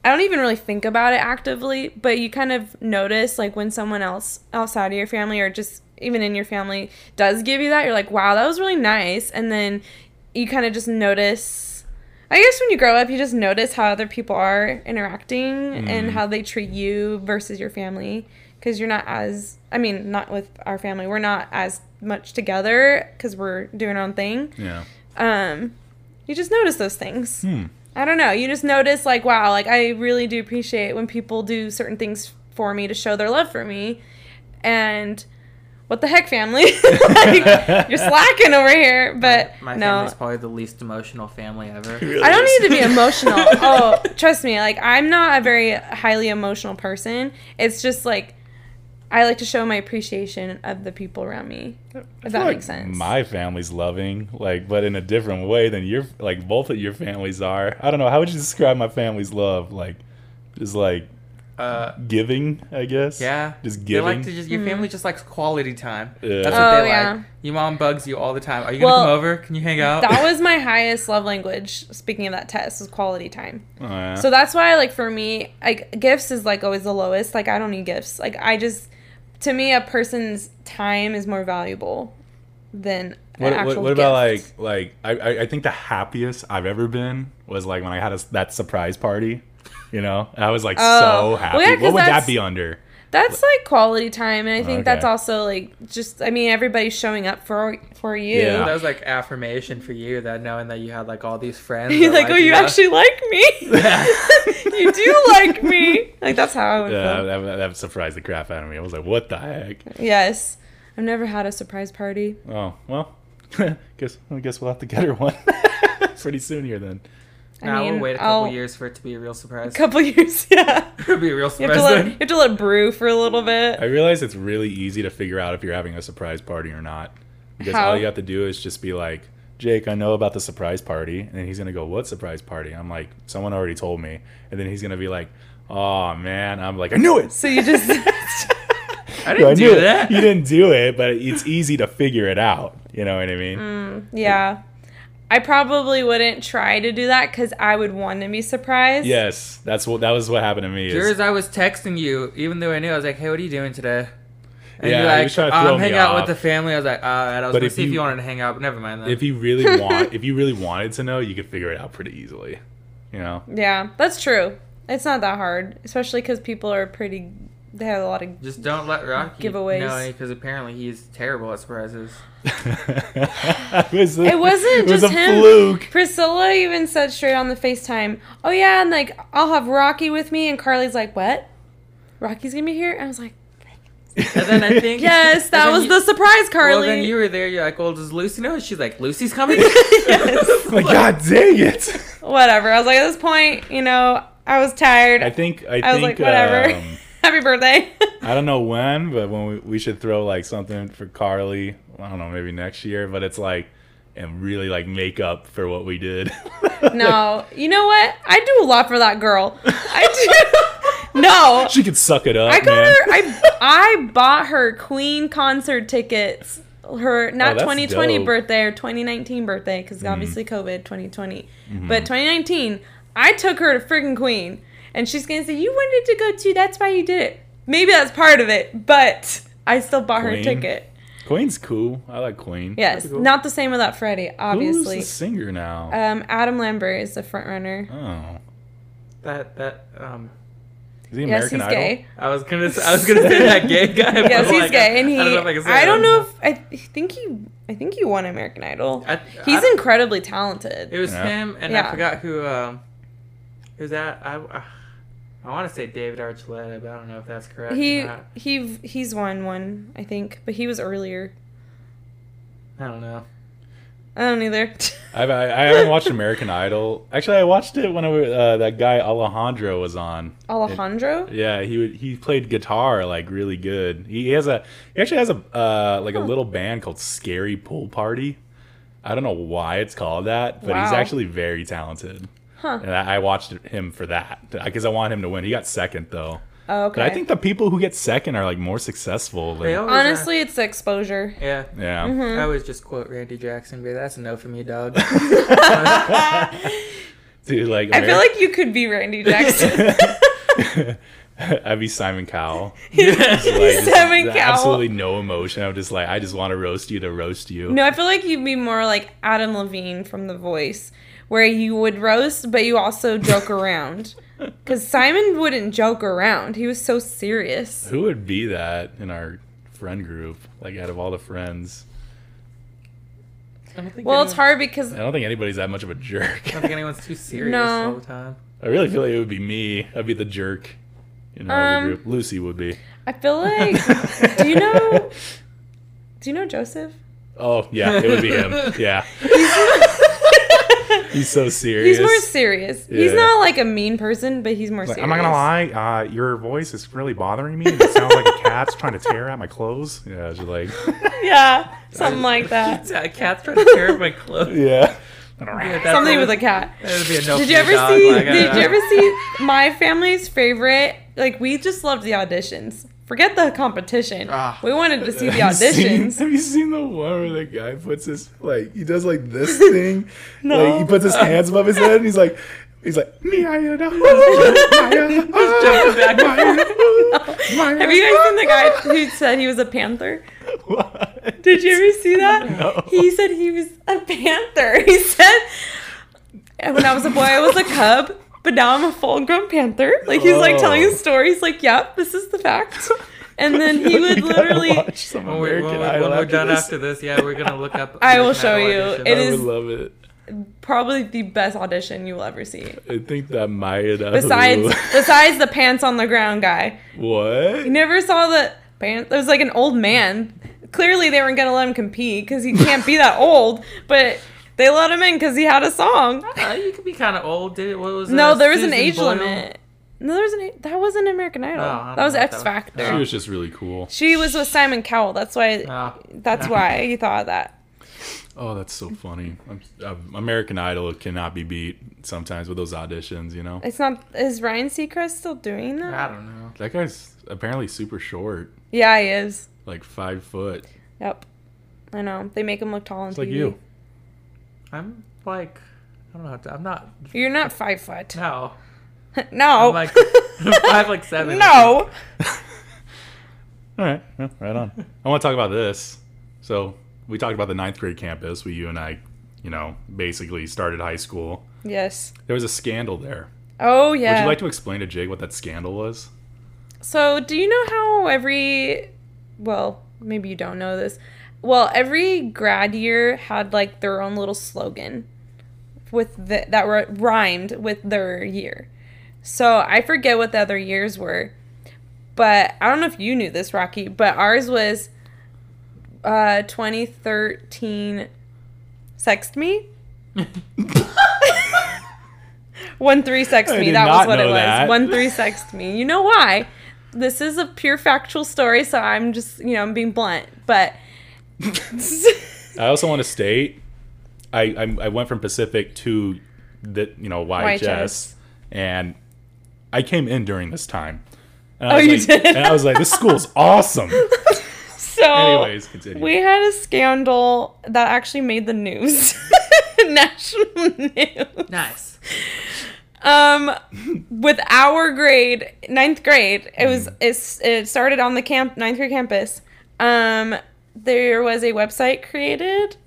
i don't even really think about it actively but you kind of notice like when someone else outside of your family or just even in your family does give you that you're like wow that was really nice and then you kind of just notice I guess when you grow up, you just notice how other people are interacting
Mm.
and how they treat you versus your family. Because you're not as, I mean, not with our family. We're not as much together because we're doing our own thing.
Yeah.
Um, you just notice those things.
Hmm.
I don't know. You just notice, like, wow, like I really do appreciate when people do certain things for me to show their love for me. And what the heck, family? like, you're slacking over here. But
My
no,
family's probably the least emotional family ever.
I don't need to be emotional. oh, trust me. Like I'm not a very highly emotional person. It's just like I like to show my appreciation of the people around me. If that
Like,
makes sense.
My family's loving, like, but in a different way than your, like, both of your families are. I don't know. How would you describe my family's love? Like, just like
Uh,
giving, I guess.
yeah,
Just
They
giving.
like to just your family just likes quality time.
Yeah.
That's what
Hmm. Oh,
they
yeah.
like. Your mom bugs you all the time. Are you gonna
Well,
come over? Can you hang
Uh,
out?
that was my highest love language. Speaking of that test, was quality time.
Oh, yeah.
So that's why, like, for me, like, gifts is like always the lowest. Like, I don't need gifts. Like, I just, to me, a person's time is more valuable than an
What, what,
actual
what about like
gift.
like I, I I think the happiest I've ever been was like when I had a, that surprise party, you know. I was like
Oh.
so happy.
Well, yeah, 'cause
what would
that's-
that be under?
That's like quality time, and I think
Okay.
that's also like just. I mean, everybody's showing up for for you.
Yeah.
that was like affirmation for you that knowing that you had like all these friends.
You're
that
like, oh, you
loved-
actually like me. you do like me. Like that's how I would
Yeah,
feel.
that, Uh, that, that surprised the crap out of me. I was like, what the heck?
Yes, I've never had a surprise party.
Oh well, guess I guess we'll have to get her one pretty soon here then.
I
Nah,
mean,
we'll wait a couple
I'll-
years for it to be a real surprise.
Couple years, yeah.
It'll be a real
You
surprise.
have to let
then.
you have to let it brew for a little bit.
I realize it's really easy to figure out if you're having a surprise party or not. Because
How?
all you have to do is just be like, Jake, I know about the surprise party. And then he's going to go, What surprise party? I'm like, Someone already told me. And then he's going to be like, Oh, man. I'm like, I knew it.
So you just
I didn't
I
do
knew
that.
It. You didn't do it, but it's easy to figure it out. You know what I mean?
Mm.
yeah. I probably wouldn't try to do that because I would want to be surprised.
Yes. That's what that was what happened to me. is-
Yours, I was texting you, even though I knew. I was like, "Hey, what are you doing today?" And
Yeah,
you're
he
like,
was trying to
"Oh,
throw
"I'm
me
hanging out
off."
with the family." I was like, "All right." I was
But
gonna
if
see if
you-
you wanted to hang out, but never mind. Then.
if you really want if you really wanted to know, you could figure it out pretty easily. You know?
Yeah, that's true. It's not that hard, especially because people are pretty They had a lot of.
Just don't let Rocky
Giveaways.
know because apparently he's terrible at surprises.
it, was a-
It wasn't
it was
just
a
him.
fluke.
Priscilla even said straight on the FaceTime, "Oh yeah, and like I'll have Rocky with me." And Carly's like, "What? Rocky's gonna be here?" And I was like,
And then I think
"Yes, that
and then
was
you-
the surprise, Carly."
Well, then you were there. You're like, well, does Lucy know? She's like, Lucy's coming.
Yes.
Like, Oh God dang it.
Whatever. I was like, at this point, you know, I was tired.
I think I,
I was
think
like, whatever.
um,
Happy birthday.
I don't know when, but when we, we should throw like something for Carly. I don't know, maybe next year. But it's like and really like make up for what we did.
no, you know what? I do a lot for that girl. I do. no,
she could suck it up.
I got
man.
her. I I bought her Queen concert tickets. Her
Oh,
not
that's
2020
dope.
birthday or 2019 birthday because
Mm-hmm.
obviously COVID 2020, but 2019 I took her to freaking Queen, and she's gonna say you wanted to go too. That's why you did it. Maybe that's part of it, but I still bought her
Queen?
a ticket.
Queen's cool. I like Queen.
Yes,
Pretty cool.
not the same without Freddie, obviously.
Who's the singer now?
Um, Adam Lambert is the front runner.
oh,
that that um.
is he
Yes,
American
he's
Idol?
gay.
I was gonna, I was gonna say that gay guy. but
Yes, he's
like,
gay, and he.
Oh I don't know if I can say
I don't
that.
know if I th- think he. I think he won American Idol.
I-
He's
I-
incredibly
It
talented.
was
Yeah.
him, and I
Yeah.
forgot who. Um, who's that? I, uh, I, want to say David Archuleta, but I don't know if that's correct. or
He
not.
he he's won one, I think, but he was earlier.
I don't know.
I don't either.
I've, I, I haven't watched American Idol. Actually, I watched it when I, wa- uh, that guy Alejandro was on.
Alejandro.
Yeah, he would, he played guitar like really good. He has a he actually has a uh, like a little band called Scary Pool Party. I don't know why it's called that, but he's
Wow.
actually very talented.
Huh.
And I, I watched him for that because I want him to win. He got second though,
Oh, okay.
but I think the people who get second are like more successful.
They
Like,
always, uh,
honestly, Uh-huh. it's the exposure.
yeah.
yeah,
Mm-hmm.
I always just quote Randy Jackson, but that's a no for me, dog.
dude, like
I feel like you could be Randy Jackson.
I'd be Simon Cowell.
He's Simon
There's
Cowell.
Absolutely no emotion. I'm just like I just want to roast you to roast you.
No, I feel like you'd be more like Adam Levine from The Voice, where you would roast, but you also joke around. Because Simon wouldn't joke around. He was so serious.
Who would be that in our friend group? Like out of all the friends,
I don't think
Well, it's
anyone-
hard because
I don't think anybody's that much of a jerk.
I don't think anyone's too serious
No.
all the time.
I really feel like it would be me. I'd be the jerk. You know,
Um,
the group. Lucy would be.
I feel like. do you know? Do you know Joseph?
Oh yeah, it would be him. Yeah, he's so serious.
He's more serious. He's
Yeah.
not like a mean person, but he's more
Like,
serious.
I'm not gonna lie. Uh, your voice is really bothering me. It sounds like a cat's trying to tear at my clothes. Yeah, just like
Yeah, something like that.
Yeah, cat's trying to tear up my clothes.
yeah.
Yeah, that's
Something
always-
with a cat.
That would be a no
Did
for
you
me,
ever
dog.
see?
Like, uh,
Did
I don't
you
know.
ever see my family's favorite? Like we just loved the auditions. Forget the competition.
Ah.
We wanted to see the
Have you seen-
auditions.
Have you seen the one where the guy puts his like he does like this thing? Like he puts his hands above his head and he's like he's like Maya.
jumping back and
Have you guys seen the guy who said he was a panther?
What?
Did you ever see that?
No.
He said he was a panther. He said, "When I was a boy, I was a cub, but now I'm a full-grown panther." Like he's like telling
Oh.
his story. He's like, "Yep, this is the fact." And then
I
he
feel like
would
we gotta
literally.
watch some
When we're,
American
when, we're-
Idol
when we're
after
done
this.
after this, yeah, we're gonna look up.
I will
American
show
Idol
you.
audition. Oh,
It
I
is-
would love it.
probably the best audition you will ever see.
I think that Maya.
Besides, besides the pants on the ground guy,
what?
you never saw the pants. It was like an old man. Clearly, they weren't gonna let him compete because he can't be that old. But they let him in because he had a song.
Uh, you could be kind of old. Did it? What was
No,
that?
there was an
Susan
age
Boyle?
limit. No, there was an. a- That wasn't American Idol.
No, I don't
that was
know what
X
that was.
Factor.
She was just really cool.
She was with Simon Cowell. That's why.
Oh.
that's why you thought of that.
Oh, that's so funny. I'm, i American Idol cannot be beat sometimes with those auditions. You know,
It's not. Is Ryan Seacrest still doing that?
I don't know.
that guy's apparently super short,
Yeah, he is.
like five foot.
Yep. I know. They make him look tall on
It's
TV.
like you.
I'm like, I don't know. How to, I'm not.
You're not five foot.
No,
No.
I'm like I'm five, like seven.
no.
All right, yeah, right on. I want to talk about this. So we talked about the ninth grade campus. where you and I, you know, basically started high school.
Yes.
There was a scandal there.
Oh yeah.
Would you like to explain to Jake what that scandal was?
So, do you know how every, well, maybe you don't know this. Well, every grad year had like their own little slogan with the, that ri- rhymed with their year. So, I forget what the other years were, but I don't know if you knew this, Rocky, but ours was uh 2013 sext me. One three sext
I
me.
did
That was
not
what it
know
was.
that.
One three sext me. You know why? This is a pure factual story, so I'm just you know I'm being blunt, but
I also want to state, I, I I went from Pacific to the you know YHS,
YHS.
and I came in during this time. And
Oh,
I was
you
like-
did?
And I was like, this school's awesome.
so
Anyways, continue.
we had a scandal that actually made the news, national news.
Nice.
Um, with our grade, ninth grade, it was it's, it started on the camp ninth grade campus. Um, there was a website created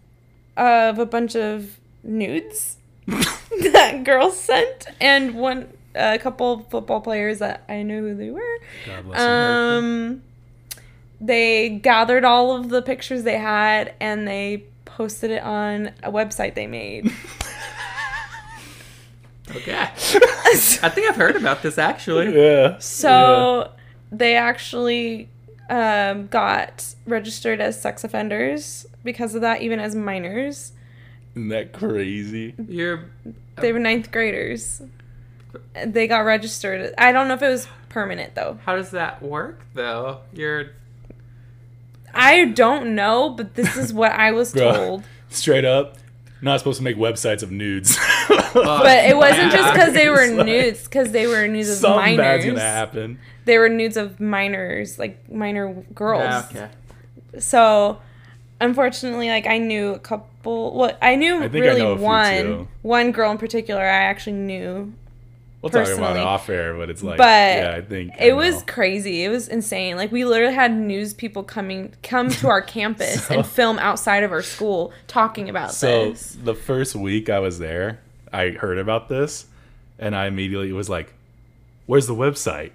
of a bunch of nudes that girls sent, and one a couple football players that I knew who they were.
God bless America.
Um, they gathered all of the pictures they had and they posted it on a website they made.
Okay. I think I've heard about this actually.
yeah.
So they actually um, got registered as sex offenders because of that, even as minors.
Isn't that crazy?
You're
They were ninth graders. They got registered. I don't know if it was permanent though.
how does that work though? You're
I don't know, but this is what I was
Bruh.
told.
Straight up, not supposed to make websites of nudes.
But it wasn't
Yeah.
just because they were
It's like-
nudes, because they were nudes of
Something bad's
minors.
gonna happen.
They were nudes of minors, like minor girls.
Ah, okay.
so unfortunately like i knew a couple well i knew
think I
really
know a few,
one
too.
one girl in particular i actually knew
We'll talk about
Personally.
it off air, but it's like,
But
yeah, I think I
it was
know.
crazy it was insane like we literally had news people coming come to our campus
So-
and film outside of our school talking about
So
this
the first week I was there, I heard about this, and I immediately was like, "Where's the website?"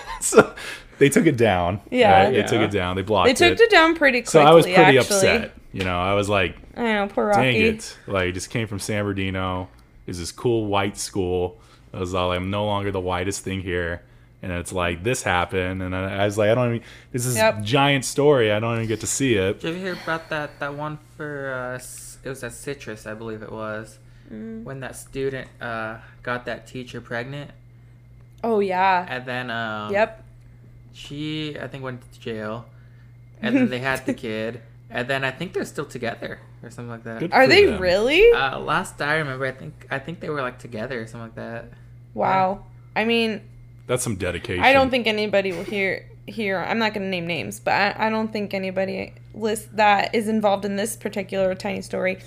so they took it down.
Yeah.
right? they took
Yeah.
it down. They blocked
they took it down pretty quickly
so I was pretty
actually.
upset. You know, I was like,
i know poor
"Dang
rocky
it!" Like, I just came from San Bernardino. Is this cool white school? I was all, "I'm no longer the whitest thing here." And it's like this happened, and I, I was like, "I don't even." This is
Yep.
giant story. I don't even get to see it.
Did you ever hear about that that one for uh, s- it was at Citrus, I believe it was,
Mm.
when that student uh, got that teacher pregnant,
oh yeah
and then um,
yep
she I think went to jail, and then they had the kid, and then I think they're still together or something like that.
Good
are
for
they
them.
really
Uh, last I remember, I think I think they were like together or something like that.
wow i mean
That's some dedication.
I don't think anybody will hear here. I'm not going to name names, but I, I don't think anybody list that is involved in this particular tiny story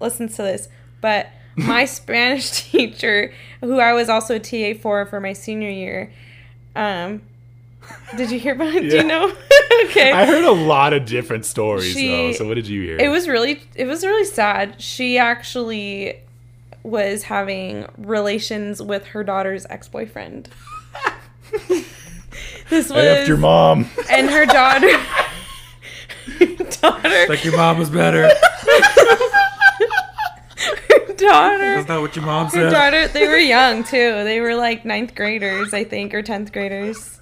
listens to this. But my Spanish teacher, who I was also a TA for for my senior year, um, did you hear about? it? Do
Yeah.
you know? okay.
I heard a lot of different stories
She-
though. So what did you hear?
It was really it was really sad. She actually was having relations with her daughter's ex-boyfriend. this was
F your mom.
and her daughter daughter
your mom was better.
her daughter
not what your mom
her daughter they were young too they were like ninth graders i think or 10th graders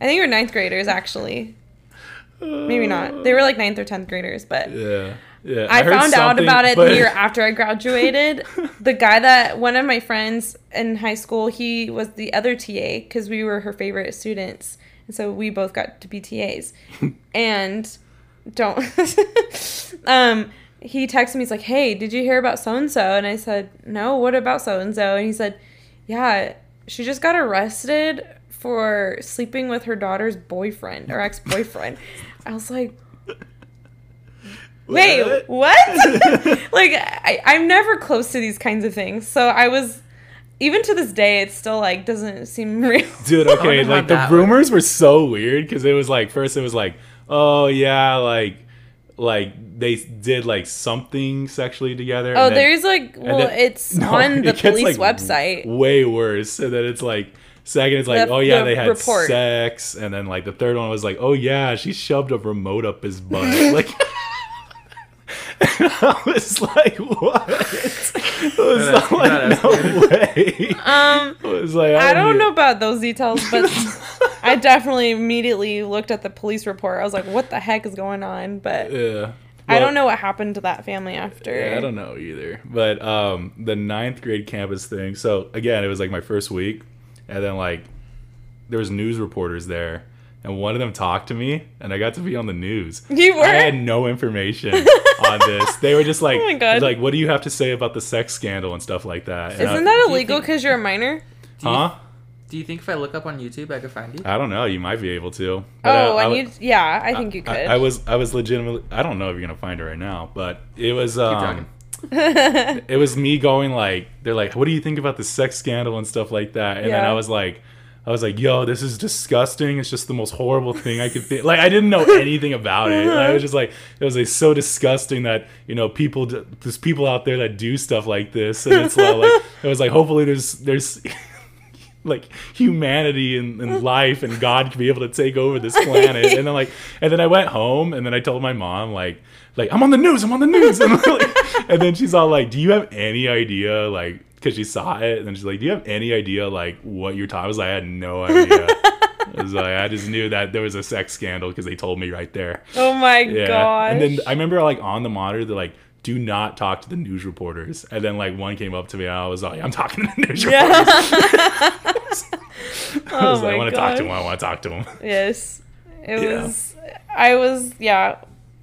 i think they were ninth graders actually maybe not they were like ninth or 10th graders but
Yeah. Yeah.
I,
heard
found out
something,
about it
but-
the year after I graduated. the guy that one of my friends in high school, he was the other TA because we were her favorite students, and so we both got to be TAs. and don't, um, he texted me. He's like, "Hey, did you hear about so and so?" And I said, "No. What about so and so?" And he said, "Yeah, she just got arrested for sleeping with her daughter's boyfriend or ex boyfriend." I was like. Wait,
What?
what? like, I, I'm never close to these kinds of things. So I was, even to this day, it still like doesn't seem real.
Dude, okay,
wonder how
like the
that
rumors were so weird because it was like first it was like, oh yeah, like like they did like something sexually together.
Oh,
and then-
there's like,
and
well,
then-
it's
No,
on the
it gets,
police
like,
website.
Way worse. So that it's like Second, it's like,
The-
oh yeah,
the
they had
report.
sex, and then like the third one was like, oh yeah, she shoved a remote up his butt. like, I was like, what? I was
that's-
like,
that's
no way.
Um,
I was like,
I don't
need-
know about those details, but I definitely immediately looked at the police report. I was like, what the heck is going on? But
Yeah.
I
Uh, Well,
don't know what happened to that family after.
Yeah, I don't know either. But um, the ninth grade campus thing. So again, it was like my first week, and then like there was news reporters there, and one of them talked to me, and I got to be on the news.
You were?
I had no information on this. They were just like,
Oh my God.
like, what do you have to say about the sex scandal and stuff like that? And
Isn't
I,
that
you
illegal
think-
because you're a minor?
Do you,
huh?
do you think if I look up on YouTube, I could find you?
I don't know. You might be able to. But, uh,
Oh,
I
and
w-
you, yeah, I think you could.
I, I was I was legitimately I don't know if you're gonna find it right now, but it was um,
talking.
it was me going like they're like, what do you think about the sex scandal and stuff like that? And then
Yeah.
I was like, I was like, yo, this is disgusting. It's just the most horrible thing I could think. Like I didn't know anything about it. Like, I was just like, it was like so disgusting that you know people d- there's people out there that do stuff like this, and it's like, like it was like hopefully there's there's. like humanity and, and life and God can be able to take over this planet. And then like and then I went home and then I told my mom like like I'm on the news, I'm on the news. And, like, and then she's all like, Do you have any idea like because she saw it and then she's like, Do you have any idea like what your time was? like, I had no idea. I was like, I just knew that there was a sex scandal because they told me right there.
oh my
Yeah.
gosh.
And then I remember like on the monitor they're like do not talk to the news reporters. And then like one came up to me and I was like, I'm talking to the news reporters. I was
Oh
like, I
my
want to talk to
gosh.
him. I want to talk to him.
Yes. It
Yeah.
was I was yeah.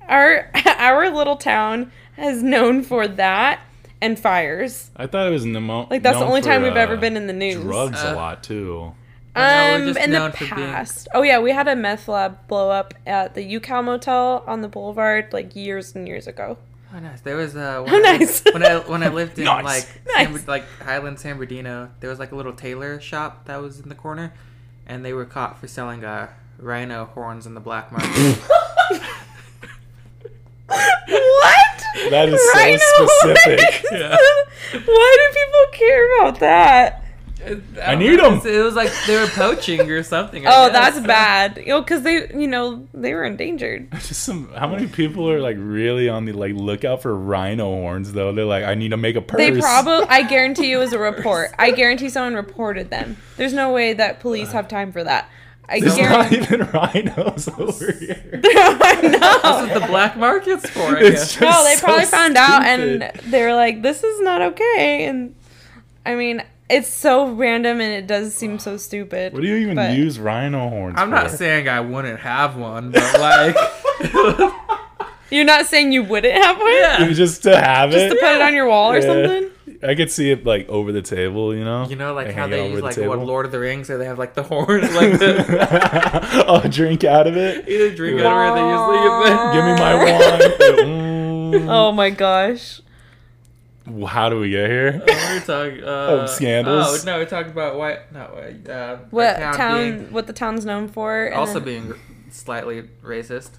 Our our little town is known for that and fires.
I thought it was pneumonia.
Like that's the only time we've ever been in the news.
uh, drugs
Uh,
a lot too.
Well, no, we're
Um,
just
in the
known for being-
past. Oh yeah, we had a meth lab blow up at the UCal Motel on the Boulevard like years and years ago.
Oh, nice. There was uh, when,
Oh,
I,
nice.
when I when I lived in
Nice.
like
Nice.
San, like Highland San Bernardino, there was like a little tailor shop that was in the corner, and they were caught for selling uh, rhino horns in the black market.
what?
That is so specific. Yeah.
Why do people care about that?
I, don't
need
know.
'em.
It was like they were poaching or something. I
Oh,
guess.
that's bad. You because they, you know, they were endangered.
Just some. How many people are like really on the like lookout for rhino horns though? They're like, I need to make a purse.
They probably, I guarantee you, it was a report. I guarantee someone reported them. There's no way that
Uh,
police have time for that. I
There's not
guarantee.
even rhinos over here.
no.
That's what the black market's for. I
It's
guess.
just
No, they
so
probably found out and
stupid.
they were like, this is not okay. And I mean, it's so random and it does seem so stupid.
What do you even
but-
use rhino horns?
I'm not
for?
saying I wouldn't have one, but like,
You're not saying you wouldn't have one?
It was Just to have
Just
it.
to put it on your wall or
Yeah.
something?
I could see it like over the table, you know.
you know, like how
hang it
they
over
use
the
like
table.
what Lord of the Rings, or they have like the horn, like the
I'll drink out of it.
either drink out of it, or they use the.
Give me my wine.
Uh. Oh my gosh.
Mm. How do we get here?
we're talking uh,
Oh, scandals.
Oh no, we talked about white, not white. Uh, our
What
town
town,
being-
what the town's known for. and
also
then-
being slightly racist.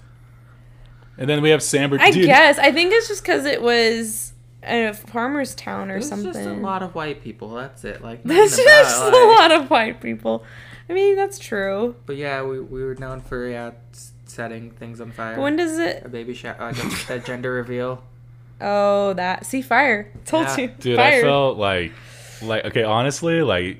And then we have San
I
Bernardino.
guess. I think it's just because it was a farmer's town or
There's
something.
just a lot of white people. That's it. Like
That's
nothing about,
just a
like-
lot of white people. I mean, that's true.
But yeah, we, we were known for yeah s- setting things on fire.
But when does
a
it?
baby shower, like a, a gender reveal.
Oh, that see fire. Told
Yeah.
you,
Dude,
fire.
I felt like, like okay, honestly, like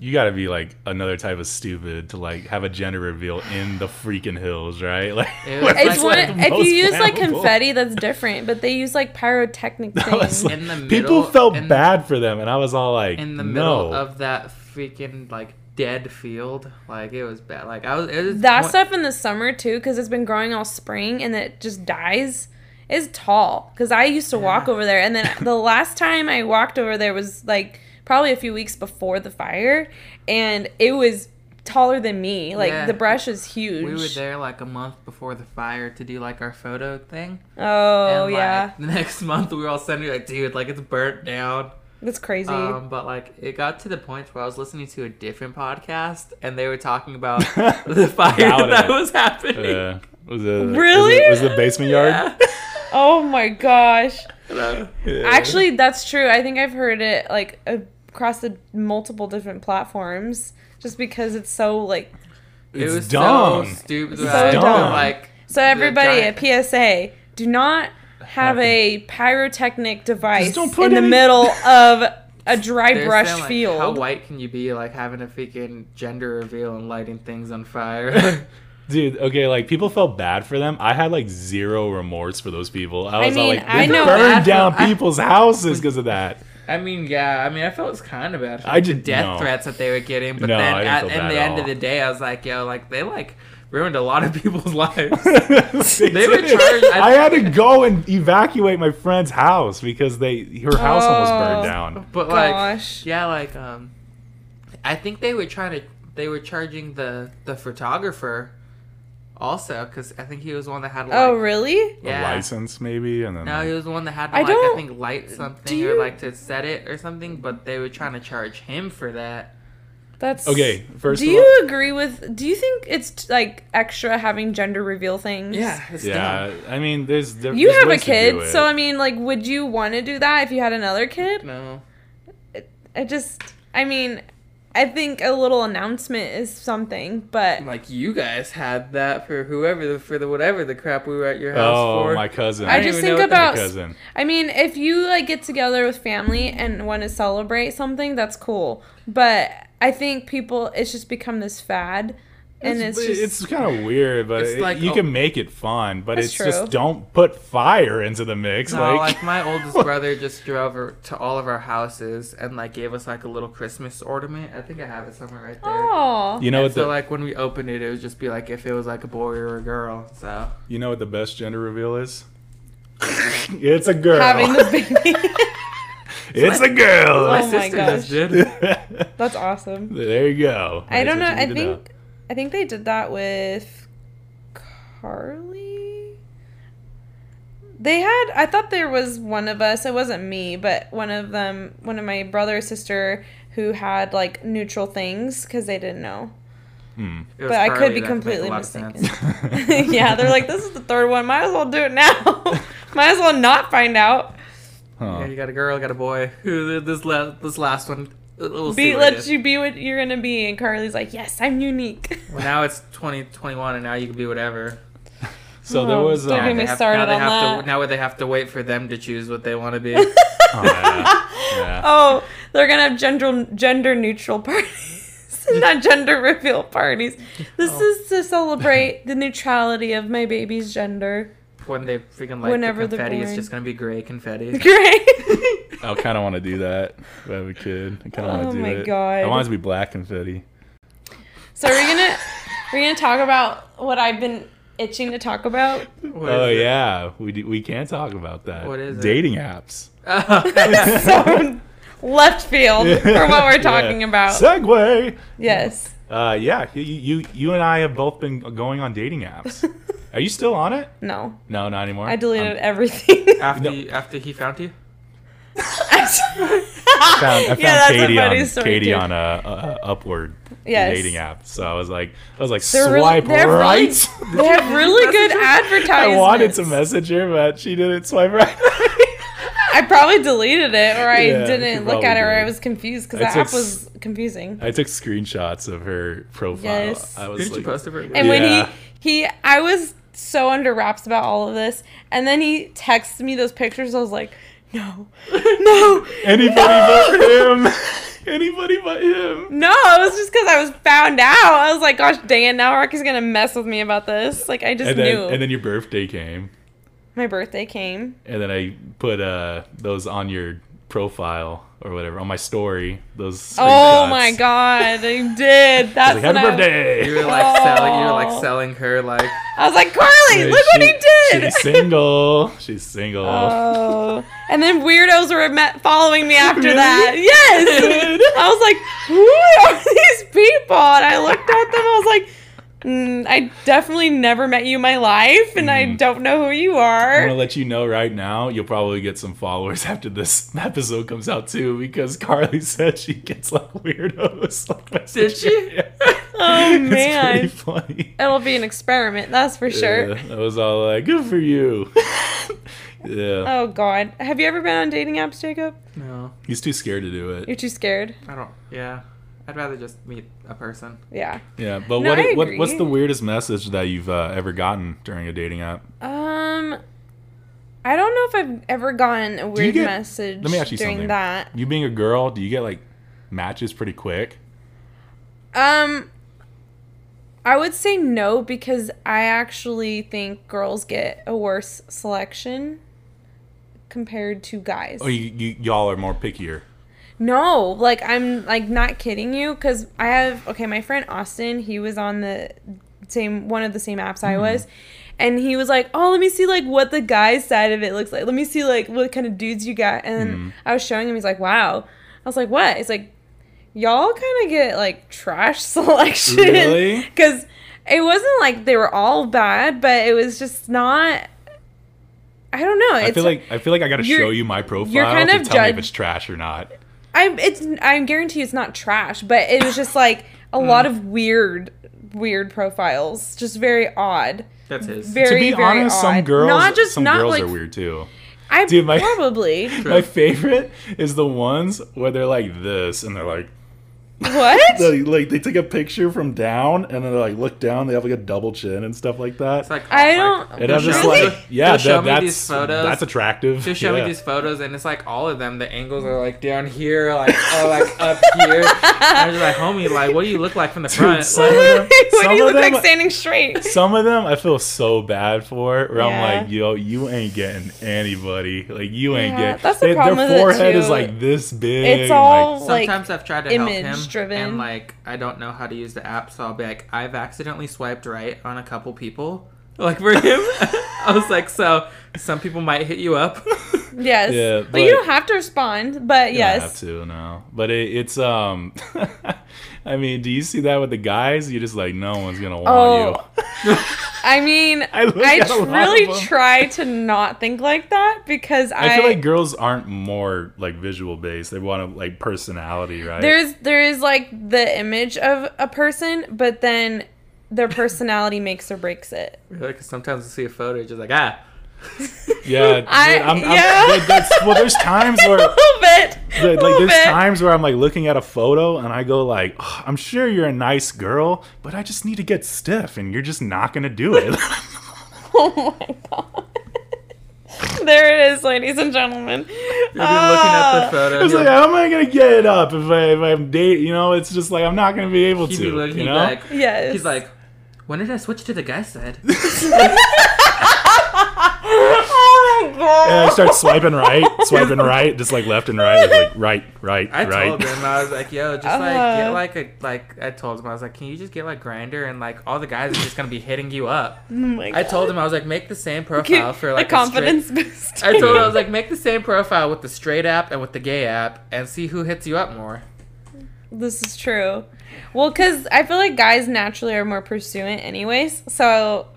you got to be like another type of stupid to like have a gender reveal in the freaking hills, right? Like
It
where
was
it's
like
one.
the
If
most
you use like
flammable.
confetti, that's different. But they use like pyrotechnic
I was
things.
like-
In the middle-
people felt
in-
bad for them, and I was all like,
in the
no.
middle of that freaking like dead field. Like it was bad. Like I was. It was
that
one-
stuff in the summer too, because it's been growing all spring and it just dies. Is tall because I used to walk over there, and then the last time I walked over there was like probably a few weeks before the fire, and it was taller than me. Like
Yeah.
the brush is huge.
We were there like a month before the fire to do like our photo thing.
Oh
And, like,
yeah,
The next month we were all sending like, dude, like it's burnt down.
that's crazy.
Um, but like it got to the point where I was listening to a different podcast and they were talking about the fire
About it.
that was happening.
Uh, was it was
Really?
it- was the basement yard?
Yeah.
oh my gosh.
And I-
Yeah.
Actually, that's true. I think I've heard it like across the multiple different platforms. just because it's so like
It's
it was
dumb.
so stupid.
It's
about
so
it.
dumb.
Like
So everybody
giant-
at PSA, do not have a pyrotechnic device
Just don't put
in the
any-
middle of a dry
they're
brush
saying, like,
field.
How white can you be? Like having a freaking gender reveal and lighting things on fire.
Dude, okay, like people felt bad for them. I had like zero remorse for those people. I
I
was all
mean,
like,
I
they
know
bad
burned
for-
down
I-
people's houses because of that.
I mean, yeah. I mean, I felt it's kind of bad. For
I
the
did-
death
no.
threats that they were getting, but
No,
then
I didn't
at,
feel
in
bad
the
at
end of
all.
the day, I was like, yo, like they like ruined a lot of people's lives.
they
were
did.
charged- I-
I had to go and evacuate my friend's house because they her house almost
Oh.
burned down.
But
Gosh.
like, yeah, like um, I think they were trying to they were charging the the photographer also because I think he was the one that had like,
oh really?
A
yeah.
license maybe, and then
No, he was the one that had to,
I
like I
don't-
think light something
do
or
you-
like to set it or something, but they were trying to charge him for that.
That's
okay. First
do
of
you
all,
agree with? Do you think it's like extra having gender reveal things?
it's
yeah, I mean, there's there,
You
there's
have a
ways to do
kid,
it.
so I mean, like, would you want to do that if you had another kid?
No,
I just, I mean, I think a little announcement is something, but
like you guys had that for whoever the, for the whatever the crap we were at your house
oh,
for.
my cousin,
I
don't
just
even
think
know what the-
my
about.
cousin.
I mean, if you like get together with family and want to celebrate something, that's cool. But I think people, it's just become this fad, and it's, just
it's kind of weird, but
It's
it-
like
you
a-
can make it fun. But
That's
it's
true.
just don't put fire into the mix.
No,
like,
like my oldest brother just drove her to all of our houses and like gave us like a little Christmas ornament. I think I have it somewhere right there.
oh,
you know
And
what
so
the
like when we opened it, it would just be like if it was like a boy or a girl. So
you know what the best gender reveal is? it's a girl.
having the baby.
it's a girl.
my
my sister
gosh.
just did.
that's awesome.
there you go.
I don't
That's
know.
what you
I
need to
think I think they did that with Carly. They had I thought there was one of us, it wasn't me, but one of them, one of my brother or sister who had like neutral things cuz they didn't know.
It was
But I could
Carly,
be
that could make a
completely
lot of sense.
mistaken.
know.
yeah, they're like this is the third one, might as well do it now. might as well not find out.
Yeah,
Huh.
you got a girl, got a boy. Who this last this last one? uh, We'll see
Be
what
let
it is.
you be what you're going to be and Carly's like, "Yes, I'm unique."
Well, now it's 2021, and now you can be whatever.
So there
Oh,
was.
don't get
Um,
me
They have-
started
now they
on
have
that.
To, now they have to wait for them to choose what they want to be.
oh, yeah, yeah.
Oh, they're gonna have gender gender neutral parties, not gender reveal parties. This
Oh.
is to celebrate the neutrality of my baby's gender.
when they freaking like
Whenever
the
they're
confetti, it's
born.
just gonna be gray confetti.
Great.
I kind of want to do that. If I have a kid, I kind of want
Oh
to do
my
it.
God.
I want it to be black confetti.
so we're gonna we're gonna talk about what I've been itching to talk about.
What
Oh
is it?
yeah, we do, we can talk about that.
What is it?
dating apps?
So left field for what
Yeah.
we're talking about.
Segway.
yes.
Uh, yeah, you, you you and I have both been going on dating apps. Are you still on it?
No,
No, not anymore.
I deleted
I'm-
everything.
After
No.
you, after he found you.
I found, I found
Yeah, that's a
Katie
funny
on
story,
Katie
too.
on a, uh Upward
Yes.
dating app. So I was like, I was like,
They're really-
swipe
they're really-
right.
They have really good advertisements.
I wanted to message her, but she didn't swipe right.
I probably deleted it or I
Yeah, you
didn't look
probably
at it or I
did. Uh,
was confused because
I
that
took
app was confusing.
I took screenshots of her profile.
Yes.
I was
Did
like,
you post it for?
And when
Yeah.
he he I was so under wraps about all of this and then he texted me those pictures I was like, "No. No."
anybody but him. Anybody but him.
No, it was just because I was found out. I was like, gosh dang, now Rocky's going to mess with me about this. Like, I just
And then,
knew.
and then your birthday came,
My birthday came.
and then I put uh, those on your profile or whatever on my story. Those.
Oh
screenshots.
my God, I did. That's
I was like,
when
happy
I-
birthday.
You were like selling. You were
Oh.
like selling her like.
I was like, Carly,
Yeah,
look what
she-
he did.
She's single. She's single.
Oh, and then weirdos were met following me after
Really?
that. Yes, I was like, "Who are these people?" And I looked at them. I was like, mm, "I definitely never met you in my life, and
Mm.
I don't know who you
I'm gonna
are."
let you know right now. You'll probably get some followers after this episode comes out too, because Carly said she gets like weirdos. Like,
Did she?
Yeah.
Oh
It's pretty
man,
funny.
it'll be an experiment, that's for sure.
Yeah, I was all like, "Good for you." yeah,
Oh god, have you ever been on dating apps, Jacob?
No,
he's too scared to do it.
You're too scared.
I don't. Yeah. I'd rather just meet a person.
Yeah.
Yeah, but
No,
what,
I
what what's
agree.
the weirdest message that you've uh, ever gotten during a dating app?
Um, I don't know if I've ever gotten a weird
get-
message
Let me ask you
during
something.
that.
You being a girl, do you get like matches pretty quick?
Um, I would say no because I actually think girls get a worse selection compared to guys.
Or Oh, you, you y'all are more pickier?
No, like I'm like not kidding you because I have okay, my friend Austin, he was on the same one of the same apps
Mm-hmm.
I was. And he was like, "Oh, let me see like what the guy's side of it looks like. Let me see like what kind of dudes you got." And
Mm-hmm.
then I was showing him. He's like, "Wow." I was like, "What?" It's like, "Y'all kind of get like trash selection."
Really?
Because it wasn't like they were all bad, but it was just not. I don't know.
I
it's
feel like I feel like I got to
you're-
show you my profile
kind
to
of
tell me if
judge-
it's trash or not.
I it's I guarantee it's not trash, but it was just like a
Hmm.
lot of weird weird profiles, just very odd.
That's his.
Very
to be
very
honest,
odd.
some girls
not just
some
not
girls
like
are weird too.
I
Dude, my-
probably
My favorite is the ones where they're like this and they're like
what?
they, like they take a picture from down and then they like look down. They have like a double chin and stuff like that.
It's like
I
like,
don't-
and
They'll
I'm just
show-
like, yeah,
they'll show
that,
me
that's
these photos.
that's attractive.
Just show
yeah.
me these photos, and it's like all of them. The angles are like down here, like oh, like up here. I was like, homie, like what do you look like from the
Dude,
front?
some
Like,
of them,
What
some
do you
of
look
them-
like standing straight?
some of them I feel so bad for. Where
Yeah.
I'm like, yo, you ain't getting anybody. Like you ain't
Yeah,
getting.
that's the
their-
problem with
Their
it,
forehead
too.
is like this big.
It's
and,
all
Like,
like
Sometimes I've tried to help him,
image-driven.
and like I don't know how to use the app, so I'll be like, I've accidentally swiped right on a couple people, like for him. I was like, so some people might hit you up.
yes.
Yeah,
but, you
but-
don't have to respond, but
you don't have
yes.
to now. But it, it's um. I mean, do you see that with the guys? You're just like, no one's gonna want
Oh.
you.
I mean, I,
I look at a lot of
really
them.
try to not think like that because I,
I feel like girls aren't more like visual based. They want to like personality, right?
there's there is like the image of a person, but then their personality makes or breaks it.
Like sometimes I see a photo, just like ah,
yeah, dude,
I-
I'm, I'm,
yeah.
that- that's, well, there's times
a
where
little bit. a
But, like
little
there's
bit.
times where I'm like looking at a photo and I go like, "Ugh, I'm sure you're a nice girl, but I just need to get stiff, and you're just not gonna do it.
Oh my god. there it is, ladies and gentlemen.
you're looking
Ah."
at the photo.
it's
and
like, "Ah."
you're-
how am I gonna get it up if, I, if I'm date? You know, it's just like I'm not gonna be able
He'd be
to.
looking
You
he'd be
know,
like,
Yes.
he's like, when did I switch to the guy side?
Ah. Oh my god.
and I start swiping right, swiping right, just like left and right, like right, right,
I
right.
told him I was like, yo, just like
Uh-huh.
get like a like I told him I was like, can you just get like grinder and like all the guys are just gonna be hitting you up.
Oh my
I
god.
told him I was like, make the same
Cute.
profile for like
a
a straight-
confidence boost.
I told him I was like, make the same profile with the straight app and with the gay app and see who hits you up more.
this is true. Well, because I feel like guys naturally are more pursuant, anyways. So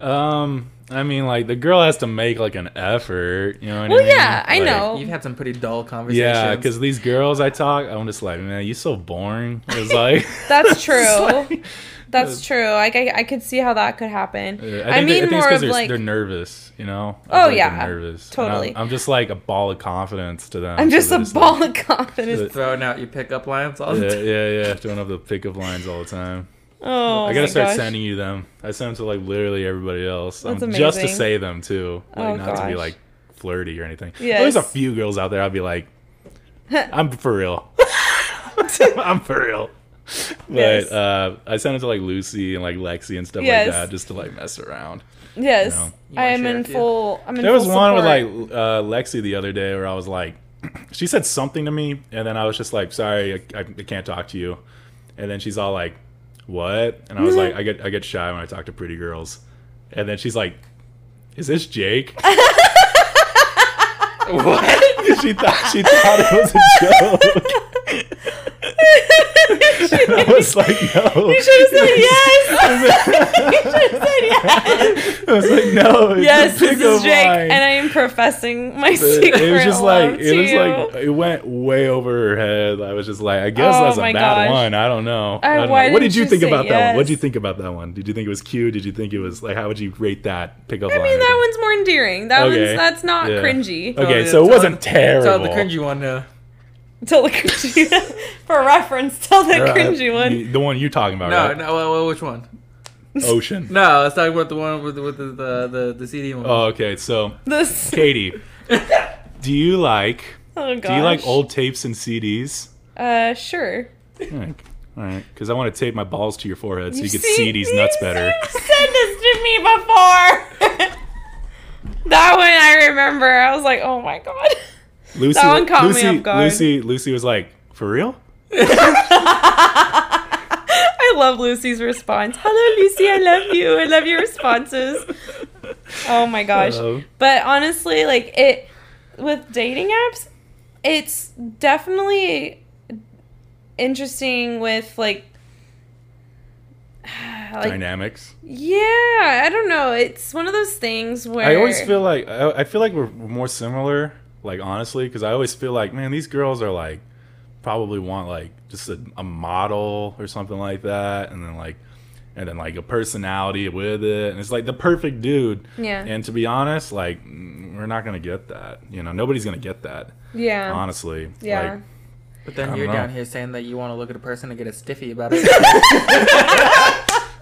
Um, I mean, like the girl has to make like an effort. You know what
Well,
I mean?
yeah, I
Like,
know.
You've had some pretty dull conversations.
Oh. Yeah, because these girls I talk, I'm just like, man, you so boring. It's like
that's true.
like-
that's true. Like I, I could see how that could happen.
Yeah,
I,
they-
mean,
it's
more
'cause
of
they're,
like
they're nervous, you know.
Oh,
I feel like they're
yeah,
nervous. And I'm-
totally.
I'm, just like a ball of confidence to them.
I'm
so
just
they're
a ball
Like,
of confidence.
throwing out your pickup lines all the
yeah,
time.
yeah, yeah. Doing up the pickup lines all the time.
Oh,
I gotta
my
start
gosh.
sending you them. I send them to like literally everybody else,
That's
um, just to
amazing.
say them too, like
Oh,
not to be
gosh.
like flirty or anything.
Yes.
There's a few girls out there. I'll be like, I'm for real. I'm for real. But
Yes.
uh, I send it to like Lucy and like Lexi and stuff
Yes.
like that, just to like mess around.
Yes,
No.
I am
share a
in
few?
full. I'm in
There was
full
one with
support.
like uh, Lexi the other day where I was like, she said something to me, and then I was just like, sorry, I, I can't talk to you. And then she's all like, what? And I was
Mm-hmm.
like, I get I get shy when I talk to pretty girls. And then she's like, is this Jake? what? she thought she thought it was a joke. And I was like, no.
you should have said yes. you should have said yes.
I was like, no. It's
Yes,
a
this
pickup
is Jake,
line.
and I am professing my
But
secret.
it was just like
love
it
to
was
you.
like it went way over her head. I was just like, I guess
Oh
that's a
my
bad
gosh.
one. I don't know. I don't
why
know. What
didn't
did you
you
think
say
about that one? What did you
yes?
think about that one? Did you think it was cute? Did you think it was like how would you rate that pickup
I
line?
mean, that one's more endearing. That
Okay.
one's that's not
Yeah.
cringy.
Okay,
Tell
so it
the-
wasn't
tell the-
terrible.
Tell the cringy one to
Tell the cringy for reference. Tell the
Uh,
cringy one.
you- The one you're talking about,
No,
right?
no. Well, well, which one?
Ocean.
No, I was talking about the one with the with the the, the, the CD one.
Oh, okay. So,
This.
Katie, do you like
Oh gosh.
do you like old tapes and CDs?
Uh, sure.
All right, all right. Because I want to tape my balls to your forehead so you, can
see-
see these nuts
you
better.
see- you said this to me before. that one I remember. I was like, oh my god.
Lucy,
That one caught me
Lucy,
off guard.
Lucy, Lucy was like, "For real?"
I love Lucy's response. Hello, Lucy. I love you. I love your responses. Oh my gosh.
Uh,
But honestly, like it with dating apps, it's definitely interesting with like like
dynamics.
yeah, I don't know. It's one of those things where
I always feel like I, I feel like we're more similar. Like honestly, because I always feel like, man, these girls are like probably want like just a, a model or something like that, and then like and then like a personality with it, and it's like the perfect dude.
yeah
And to be honest, like mm, we're not gonna get that. You know, nobody's gonna get that.
yeah
Honestly,
yeah.
Like,
but then
I
you're
don't know.
down here saying that you want to look at a person and get a stiffy about it.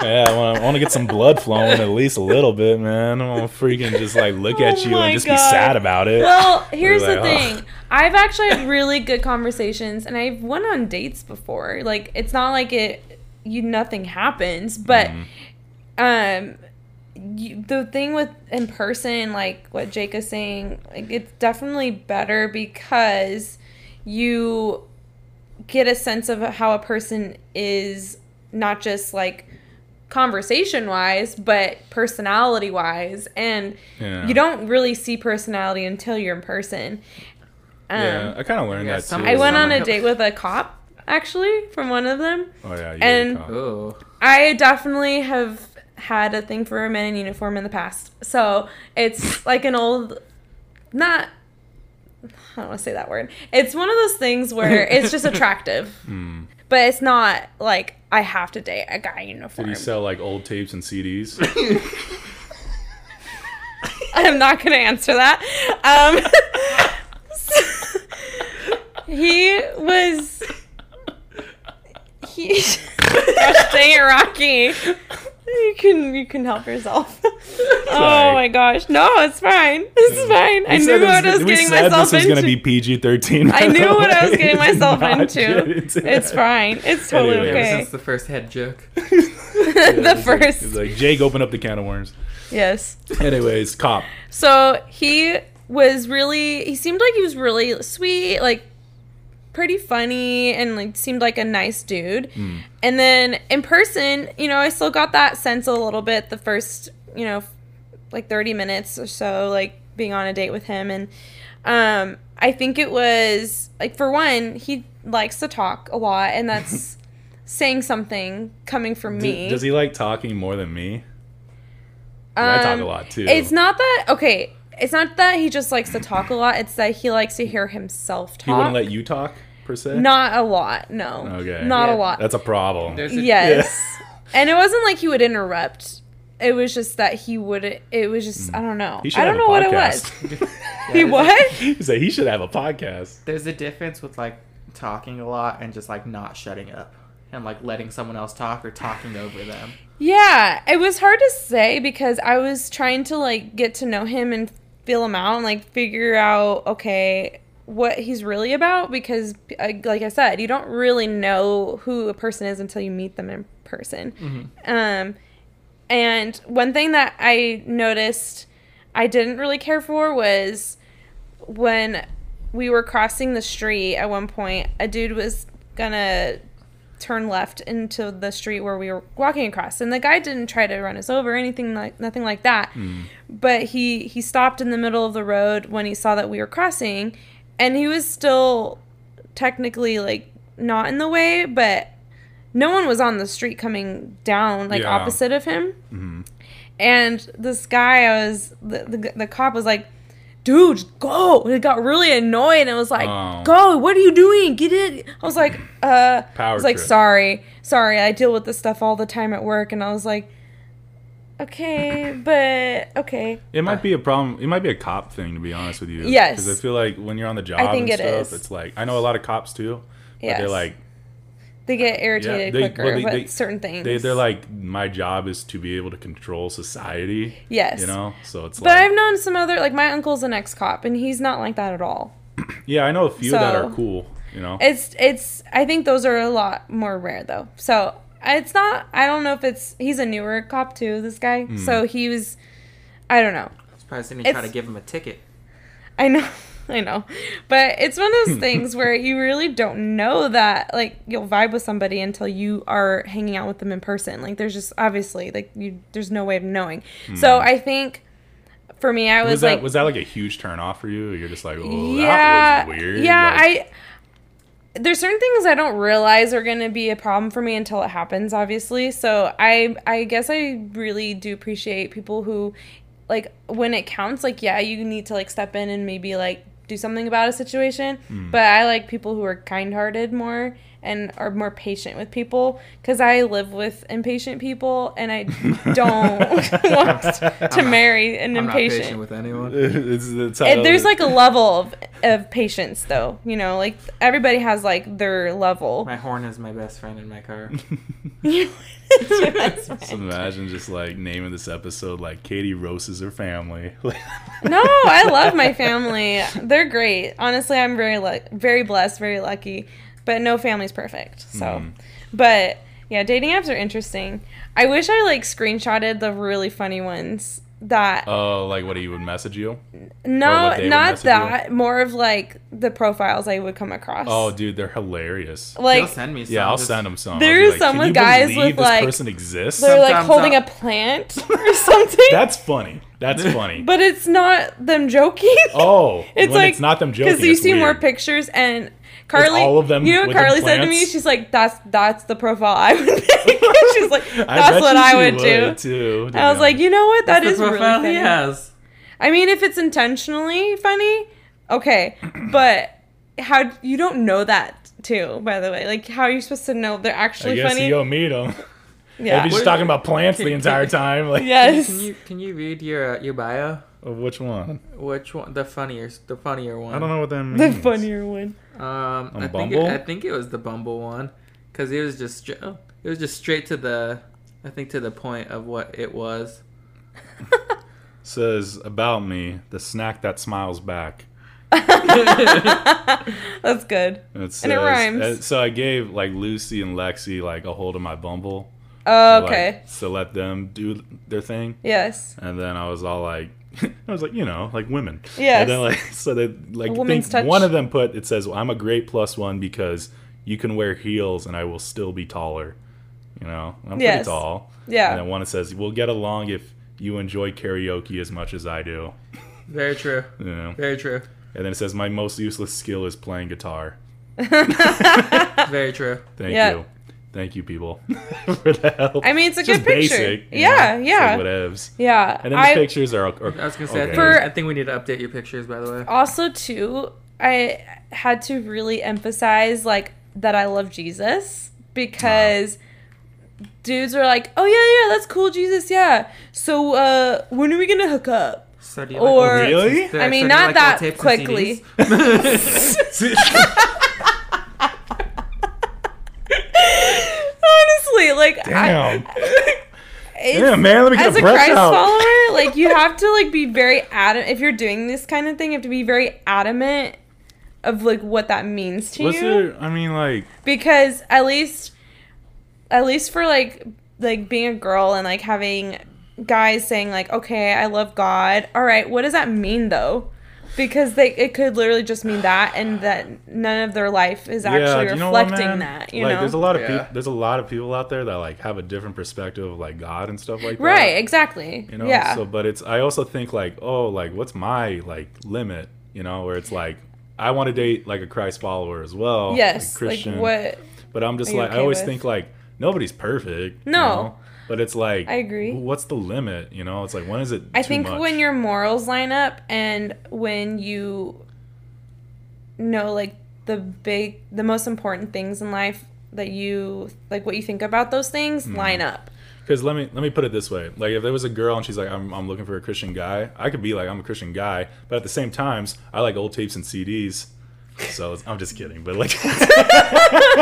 Yeah, I want, I want to get some blood flowing at least a little bit, man. I want to freaking just like look at
Oh
you
my
and just be
God.
sad about it.
Well, here's the
like, "Oh."
thing. I've actually had really good conversations, and I've went on dates before. Like, it's not like it you nothing happens, but
Mm-hmm.
um, you, the thing with in person, like what Jake is saying, like it's definitely better because you get a sense of how a person is, not just like conversation wise, but personality wise, and
oh, yeah.
you don't really see personality until you're in person. Um,
yeah, I kind of learned
Yeah,
that too.
some-
I went on a
Yeah.
date with a cop, actually, from one of them.
Oh yeah, you
and-
got caught.
oh,
I definitely have had a thing for men in uniform in the past. So it's like an old, not, I don't want to say that word. It's one of those things where it's just attractive, but it's not like I have to date a guy in
Hmm. Did
uniform.
you sell like old tapes and CDs?
I'm not gonna answer that. Um, he was. He. Gosh dang it, Rocky. You can you can help yourself. Oh
Sorry.
my gosh! No, it's fine. It's fine. I
We
knew
said
what
this-
I was
we
getting
said
myself
this was
into.
gonna be PG thirteen.
I knew what I was getting myself into. It's fine. It's totally
Anyway,
okay.
since the first head joke.
the first,
It's like Jake opened up the can of worms.
yes.
Anyways, cop.
So he was really, he seemed like he was really sweet, like pretty funny, and like seemed like a nice dude.
Hmm.
And then in person, you know, I still got that sense a little bit the first, you know, like 30 minutes or so, like being on a date with him. And um, I think it was like, for one, he likes to talk a lot, and that's saying something coming from
D-
me.
does he like talking more than me? 'Cause I talk
Um,
a lot too.
It's not that okay. It's not that he just likes to talk a lot. It's that he likes to hear himself talk.
He wouldn't let you talk per se.
Not a lot. No.
Okay.
Not
Yeah,
a lot.
That's a problem.
There's a,
yes. And it wasn't like he would interrupt. It was just that he wouldn't. It was just I don't know.
Mm. He should
I don't
have a
know what it was.
podcast.
He
there's a-
what?
He said he should have a podcast.
There's a difference with like talking a lot and just like not shutting up and like letting someone else talk or talking over them.
Yeah, it was hard to say because I was trying to like get to know him and feel him out and like figure out okay what he's really about because uh, like I said, you don't really know who a person is until you meet them in person. Um and one thing that I noticed I didn't really care for was when we were crossing the street at one point, a dude was gonna turn left into the street where we were walking across and the guy didn't try to run us over or anything like nothing like that but he he stopped in the middle of the road when he saw that we were crossing and he was still technically like not in the way but no one was on the street coming down like
Yeah.
opposite of him and this guy I was the, the, the cop was like dude go and he got really annoyed and was like
Oh.
go what are you doing get it i was like uh
Power
I was like,
trip.
sorry, sorry, I deal with this stuff all the time at work. And I was like, okay, but okay.
It might be a problem. It might be a cop thing, to be honest with you.
Yes.
Because I feel like when you're on the job
think it
and stuff,
is.
it's like I know a lot of cops too. Yeah.
Yes.
They're like
They get irritated
they- well,
quicker
they-
with
they-
certain things.
they they're like my job is to be able to control society.
Yes.
You know, so it's
But
like
I've known some other like my uncle's an ex cop and he's not like that at all.
yeah, I know a few that
So-
are cool. You know,
It's it's I think those are a lot more rare though. So it's not I don't know if it's he's a newer cop too, this guy.
Hmm.
So he was I don't know.
Surprised they didn't try to
It's-
give him a ticket.
I know. I know. But it's one of those things where you really don't know that like you'll vibe with somebody until you are hanging out with them in person. Like there's just obviously like you there's no way of knowing. So I think for me I was,
Hmm. was, that
like
was that like a huge turn off for you? You're just like, oh,
yeah,
that was weird.
Yeah,
Like,
I there's certain things I don't realize are going to be a problem for me until it happens. Obviously, so I I guess I really do appreciate people who like when it counts. Like, yeah, you need to like step in and maybe like do something about a situation. But I like people who are kind-hearted more and are more patient with people because I live with impatient people and I don't want to marry an
I'm not
impatient.
patient with anyone.
it's, it's how-
It- there's like a level of, of patience though you know like everybody has like their level
My horn is my best friend in my car.
Just imagine just like naming this episode like Katie roasts her family.
no i love my family they're great honestly i'm very lu- very blessed very lucky but no family's perfect so
Hmm.
but yeah dating apps are interesting i wish i like screenshotted the really funny ones that
Oh, like what he would message you?
no
what they would
not
message you?
that more of like the profiles i would come across
Oh, dude, they're hilarious.
They'll
like
send me. Some,
Yeah, I'll
just-
send him some. I'll
There
be
is
like,
some
"Can you
guys
believe
with,
this
like-
person exists.
they're like
sometimes
holding
uh,
I'll-
a plant or something
That's funny. That's funny.
But it's not them joking.
oh,
it's
when
like
it's not them joking.
because you
it's
see more
weird.
pictures and Carly.
all of them
You know what
with the
Carly said to me?
plants?
She's like, "That's that's the profile I would make." She's like, "That's
bet
what
you
I
she
would, do."
Too, to
I
be
was like,
honest.
you know what? That
That's
is
the
really
profile
funny.
he has.
I mean, if it's intentionally funny, okay. But how you don't know that too? By the way, like how are you supposed to know they're
I
actually
guess
funny?
you'll meet him.
yeah.
Maybe she's
What-
talking about plants the entire time. Like, "Oh,
yes.
Can you can you read your uh, your bio?
which one?
Which one? The funnier the funnier one.
I don't know what that means.
the funnier one.
Um, I think it,
Bumble?
I think it was the Bumble one, because it was just stra- oh, it was just straight to the, I think to the point of what it was.
says about me, the snack that smiles back.
That's good. And
And it,
it
says-
rhymes.
uh, so I gave like Lucy and Lexi like a hold of my Bumble.
Oh,
like,
okay.
so let them do their thing,
yes.
and then I was all like, I was like, you know, like women.
Yes.
And then like so they like I
woman's
think
touch.
one of them put it says well, I'm a great plus one because you can wear heels and I will still be taller. You know, I'm pretty
Yes.
tall.
Yeah.
And then one that says we'll get along if you enjoy karaoke as much as I do.
Very true.
You know.
Very true.
And then it says my most useless skill is playing guitar.
Very true.
Thank
Yeah.
you. Thank you, people, for the help.
I mean, it's a
Just
good picture.
basic, you
yeah,
know, it's
yeah,
like whatevs.
yeah.
And then the
I-
pictures are. are
I was gonna say. I,
okay.
think,
For-
I think we need to update your pictures, by the way.
also too i had to really emphasize like that i love jesus because dudes were like oh yeah yeah that's cool jesus yeah so uh when are we gonna hook up
So do
Or-
tapes
"Oh, Really?
and-
I mean,
do you
not
old
that
tapes and
quickly.
CDs?
honestly like
Damn.
it's-
Damn, man, let me get
as
a
a
breath
christ
out.
follower like you have to like be very adamant if you're doing this kind of thing you have to be very adamant of like what that means to
What's
you
there? I mean, like,
because at least at least for like like being a girl and like having guys saying like okay i love god all right what does that mean though because they it could literally just mean that and that none of their life is
yeah,
actually
do you know what,
reflecting
man?
that you
like,
know
there's a lot of
Yeah.
peop there's a lot of people out there that like have a different perspective of like God and stuff like that.
right exactly
You know.
yeah
So, but it's I also think like, oh, like what's my like limit? You know, where it's like I want to date like a Christ follower as well. like,
yes like,
Christian.
what
But I'm just
Are you
like I
okay
always
with?
think like nobody's perfect. you
No.
know? But it's like
I agree.
What's the limit? You know, it's like when is it?
I
too
think
much?
when your morals line up and when you know like the big the most important things in life that you like what you think about those things line up.
Because let me let me put it this way: like if there was a girl and she's like, I'm, I'm looking for a Christian guy, I could be like, I'm a Christian guy, but at the same times, I like old tapes and CDs. So it's, I'm just kidding, but like,
I'm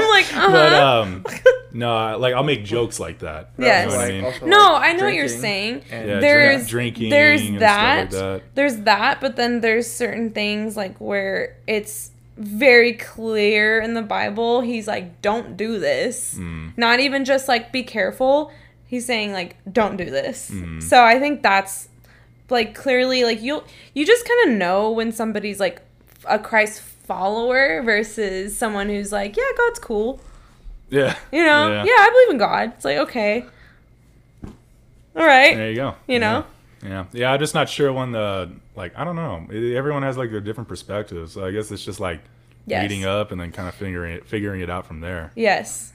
like, uh huh.
but um, no, I- like I'll make jokes like that.
Yes.
You know what I
Like,
mean?
also,
no,
like,
I know what you're
drinking
saying.
and-
Yeah, drink-
there's
drinking
there's
and stuff
that,
like that.
there's that, but then there's certain things like where it's very clear in the Bible. He's like, don't do this. Not even just like be careful. He's saying like, don't do this. So I think that's like clearly like you'll you just kind of know when somebody's like a Christ follower versus someone who's like, yeah, God's cool.
yeah,
You know? Yeah, I believe in God. It's like, okay. All right.
There you go.
You know?
Yeah. yeah, yeah. I'm just not sure when the like. I don't know. It- Everyone has like their different perspectives. So I guess it's just like
Yes.
meeting up and then kind of figuring it figuring it out from there.
Yes.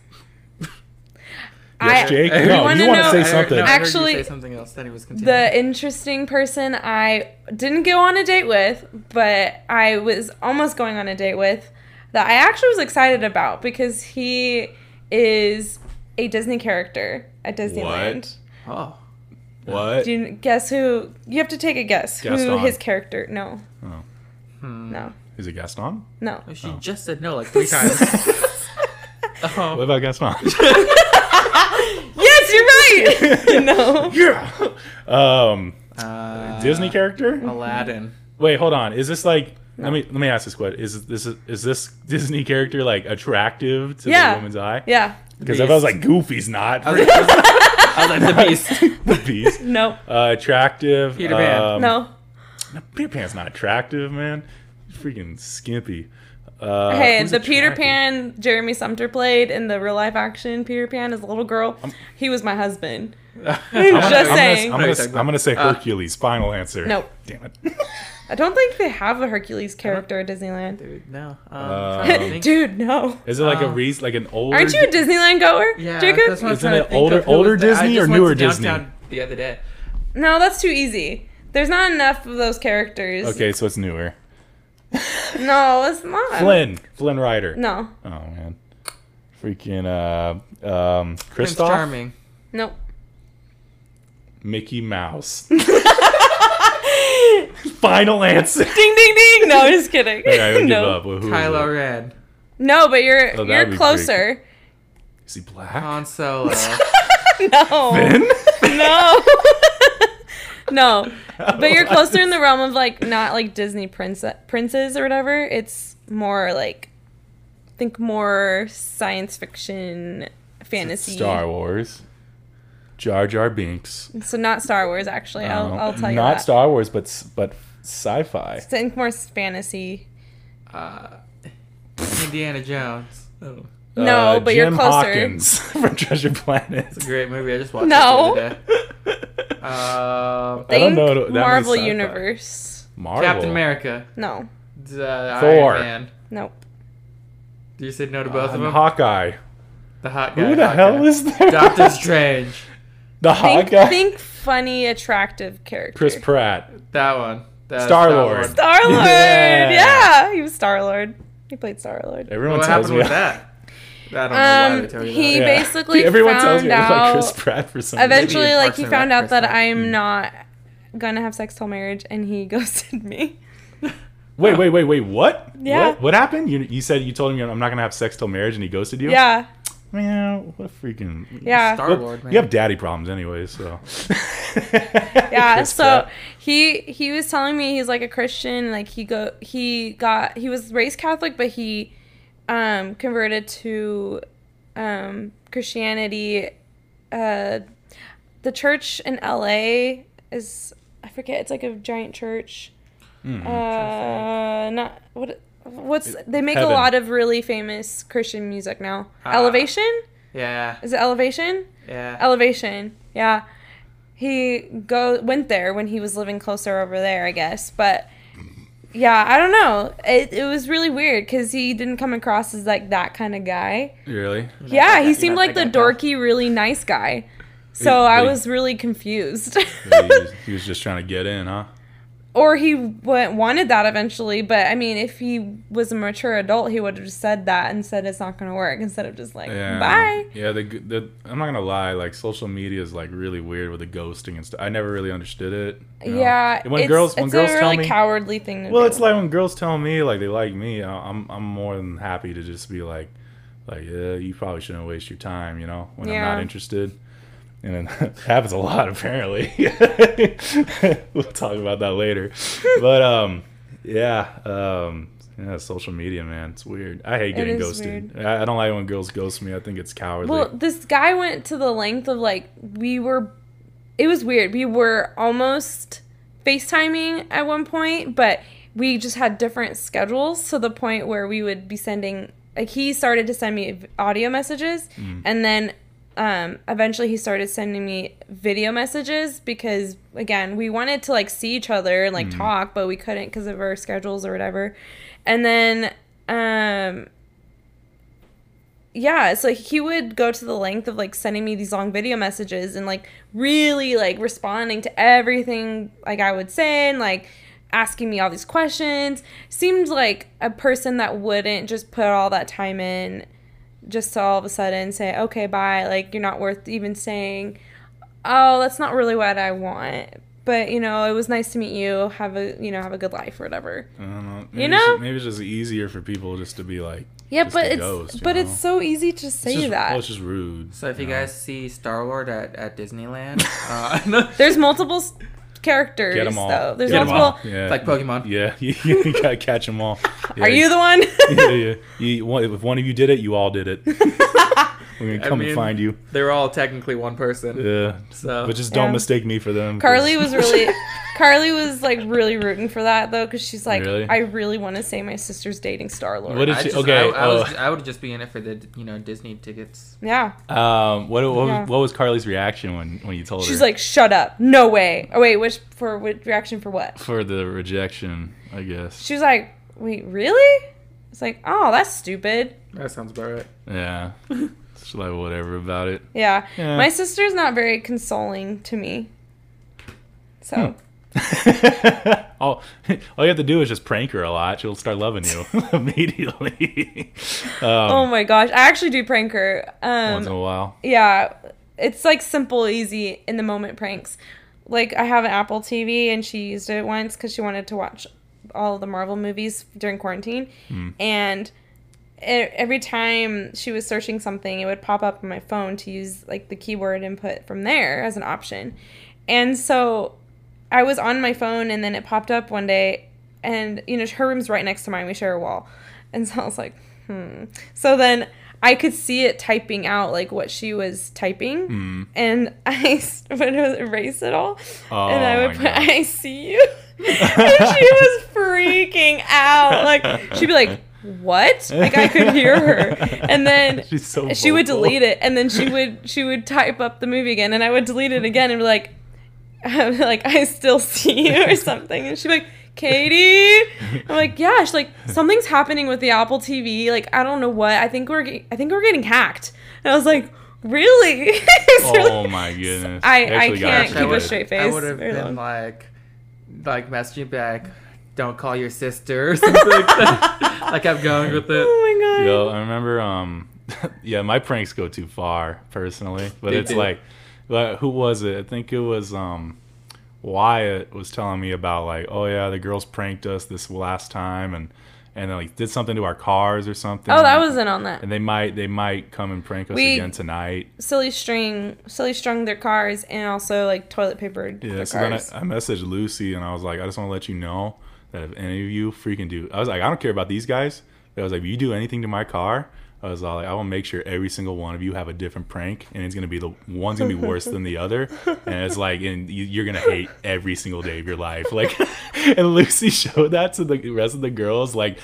Yes,
I,
Jake.
I
no,
wanna
you want to
know-
say
I-
something?
No, I heard you
Actually,
say something else. Then he was continuing.
The interesting person I didn't go on a date with, but I was almost going on a date with, that I actually was excited about because he is a Disney character at Disneyland.
oh,
What?
Do you guess who? You have to take a guess who
Gaston.
his character. No.
Oh.
No.
Is it Gaston?
No.
oh, she
Oh.
just said no like three times.
What
oh,
about Gaston?
Yes, you're right. no.
yeah. Um,
uh,
Disney character?
Aladdin.
Wait, hold on. Is this like? Let me let me ask this question. Is this is this Disney character like attractive to
Yeah.
the woman's eye?
Yeah.
Because if I was like Goofy's not
I was like, I was like the beast.
the beast.
No.
Uh, attractive.
Peter Pan.
um,
no.
Peter Pan's not attractive, man. Freaking skimpy. Uh,
Hey,
who's
the Peter
attractive?
Pan Jeremy Sumter played in the real life action Peter Pan is a little girl.
Um,
he was my husband.
I'm
Just
gonna-
saying.
I'm gonna, I'm gonna,
Sorry, sorry.
I'm gonna say Hercules. final answer.
Nope.
Damn it.
I don't think they have a Hercules character at Disneyland.
Dude, no. Um,
Uh,
trying to think.
Dude, no.
Is it like a
Uh,
reason? Like an older?
Um, Aren't you a Disneyland goer,
Yeah,
Jacob?
that's what I was
Isn't
trying to
it
think of
older-
who was
older
there. I
Disney
just
or
went to
newer Disney?
downtown The other day.
no, that's too easy. There's not enough of those characters.
Okay, so it's newer.
No, it's not.
Flynn. Flynn Rider.
No.
Oh man. Freaking uh um
Prince
Kristoff.
Charming.
Nope.
Mickey Mouse. Final answer.
Ding ding ding. No, I'm just kidding.
Okay, I would give
no.
up. Well, who is it?
Kylo Ren.
No, but you're
Oh, that'd be
you're
pretty
closer.
Is he black?
Han Solo.
No.
Finn?
No. no. But you're closer in the realm of like not like Disney prince princes or whatever. It's more like think more science fiction fantasy.
Star Wars. Jar Jar Binks. Um,
So not Star Wars actually. I'll, I'll tell you
Not
that.
Star Wars, but s- but sci-fi.
think more fantasy.
uh, Indiana Jones. Oh,
No,
Uh,
but you're
Jim
closer.
Hawkins from Treasure Planet.
great movie. I just watched
No.
it the other day. Uh,
I
Think
don't know. That
Marvel
means sci-fi.
Universe.
Marvel.
Captain America.
No.
D- Uh,
Thor.
Iron Man.
Nope.
You said no to both
Both
of them.
Hawkeye.
the hot guy.
Who the
hot
hell
guy.
is that?
Doctor Strange?
the
Think,
Hawkeye.
think funny, attractive character.
Chris Pratt.
That one. That
Star-Lord.
Star-Lord.
Star Lord.
Yeah.
Yeah. he was Star Lord. He played Star Lord.
Everyone
What
tells
happened
me
with that? I don't know why they
Um,
tell you
he
that.
Yeah.
basically
everyone tells
found
me I look like Chris
out
Pratt for some reason.
eventually,
Maybe
like
Parks
he
and
found
Rec
out that
person.
I'm not gonna have sex till marriage, and he ghosted me.
Wait, wait, wait, wait. What?
Yeah.
What, what happened? You, you said you told him I'm not gonna have sex till marriage, and he ghosted you.
Yeah,
Man, what a freaking.
yeah,
Star Lord, man.
You have daddy problems anyway, so.
yeah.
Chris
so
Pratt.
he he was telling me he's like a Christian. Like he go he got he was raised Catholic, but he um converted to um Christianity. Uh, the church in L.A. is I forget. It's like a giant church. Uh, not what. What's they make
Heaven.
a lot of really famous Christian music now?
Ah.
Elevation
Yeah.
is it Elevation?
Yeah.
Oh. Elevation, yeah. He go went there when he was living closer over there, I guess. But yeah, I don't know. It, it was really weird because he didn't come across as like that kind of guy.
Really?
Yeah,
that guy-
he
you're
seemed
not
like the
that guy, pal.
dorky, really nice guy. So
He-
I
he-
was really confused.
he, was, he was just trying to get in, huh?
or he w- wanted that eventually, but I mean, if he was a mature adult, he would have just said that and said it's not going to work instead of just like,
Yeah.
bye.
Yeah, the, the I'm not gonna lie. Like social media is like really weird with the ghosting and stuff. I never really understood it. you know?
Yeah.
And when
it's,
girls when
it's
girls
a
tell
really
me,
cowardly thing to
well,
do.
it's like when girls tell me like they like me. I- I'm I'm more than happy to just be like, like yeah, you probably shouldn't waste your time. You know, when I'm
Yeah.
not interested. And it happens a lot apparently. we'll talk about that later. But um, yeah, um, yeah, social media, man, it's weird. I hate getting
is
ghosted. I, I don't like when girls ghost me. I think it's cowardly.
Well, this guy went to the length of like we were. It was weird. We were almost FaceTiming at one point, but we just had different schedules to the point where we would be sending. Like he started to send me v- audio messages, and then um, eventually he started sending me video messages because again we wanted to like see each other and like talk, but we couldn't because of our schedules or whatever. And then um, yeah, so he would go to the length of like sending me these long video messages and like really like responding to everything like I would say and like asking me all these questions. Seemed like a person that wouldn't just put all that time in just to all of a sudden say, "Okay, bye." Like you're not worth even saying, "Oh, that's not really what I want." But you know, it was nice to meet you. Have a you know have a good life or whatever.
I don't know. Maybe
know?
it's, maybe it's just easier for people just to be like,
Yeah,
Just
but
a
it's
ghost, you
but
know?
it's so easy to say
it's just,
that.
Well, it's just rude.
So if you guys see Star Lord at, at Disneyland, uh,
There's multiple s- characters
Get 'em all.
though. There's
Get 'em
multiple.
all. Yeah.
like Pokemon.
Yeah, you, you gotta catch them all. Yeah,
Are you the one?
yeah, yeah. You, one- if one of you did it, you all did it. We're gonna
I
come
mean-
and find you.
They're all technically one person.
Yeah.
So
But just don't
Yeah.
mistake me for them. 'cause-
Carly was really Carly was like really rooting for that though cuz she's like
Really?
I really want to say my sister's dating Star Lord.
What did she?
I just,
okay.
I, I,
oh,
was, I would just be in it for the you know Disney tickets.
yeah.
um, what, what,
Yeah.
was, what was Carly's reaction when, when you told her?
She's like shut up. No way. Oh wait, which for which reaction for what?
for the rejection, I guess.
She was like, "Wait, really?" It's like, "Oh, that's stupid."
That sounds about right.
Yeah. She's like whatever about it.
Yeah.
Yeah.
My sister's not very consoling to me.
Hmm.
So,
all, all you have to do is just prank her a lot. She'll start loving you immediately. um,
oh my gosh, I actually do prank her. Um
once in a while.
yeah it's like simple easy in the moment pranks like i have an apple tv and she used it once because she wanted to watch all the marvel movies during quarantine and e- every time she was searching something it would pop up on my phone to use like the keyword input from there as an option and so I was on my phone and then it popped up one day and you know her room's right next to mine. We share a wall. And so I was like, hmm. So then I could see it typing out like what she was typing
Hmm.
and I s- would erase it all. and I
Oh
would
my
put
God.
I see you. and she was freaking out. Like she'd be like, "What?" Like I could hear her. And then
She's so
she would
vocal.
delete it and then she would she would type up the movie again and I would delete it again and be like I'm like I still see you or something and she'd be like Katie I'm like yeah she's like something's happening with the Apple TV like I don't know what I think we're ge- I think we're getting hacked and I was like really It's
Oh
really-
my goodness.
I-
They
I
actually got
can't
her
keep a
good.
straight face.
I would have
Very long.
been like, like messaging back, don't call your sister or something like that. I kept going with it.
oh my god
Yo, I remember. Um, yeah, my pranks go too far personally, but
They
it's
do.
like, but who was it? I think it was um, Wyatt was telling me about like, oh yeah, the girls pranked us this last time, and and they, like did something to our cars or something.
oh that wasn't on that
And they might they might come and prank us
We-
again tonight.
silly string silly strung their cars and also like toilet papered
Yeah,
their
so then I,
cars.
I messaged Lucy and I was like, I just want to let you know that if any of you freaking do, I was like, I don't care about these guys. But I was like, if you do anything to my car, I was all like, I will make sure every single one of you have a different prank, and it's gonna be the one's gonna be worse than the other, and it's like, and you, you're gonna hate every single day of your life. Like, and Lucy showed that to the rest of the girls, like,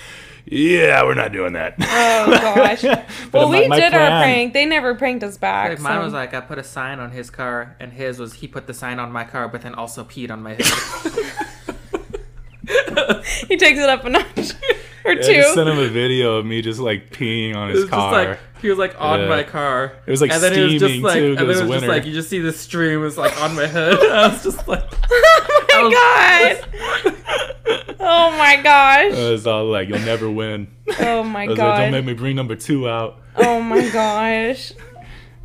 yeah, we're not doing that.
oh gosh
But
well
my-
we
my
did our
plan-
prank they never pranked us back
Like, mine
so-
was like, I put a sign on his car, and his was he put the sign on my car, but then also peed on my head.
he takes it up a notch or
I just sent
two.
him a video of me just like peeing on
It
his
was
car.
just like he was like on
Yeah.
my car.
It was, like,
and then it was just
steaming,
like,
too,
and
'cause
then it was just
winter.
like you just see the stream was like on my head. I was just like,
Oh my
god!
Oh my
Uh,
gosh.
it's all like you'll never win.
Oh my
I was like, don't make
god.
me bring number two out.
Oh my gosh.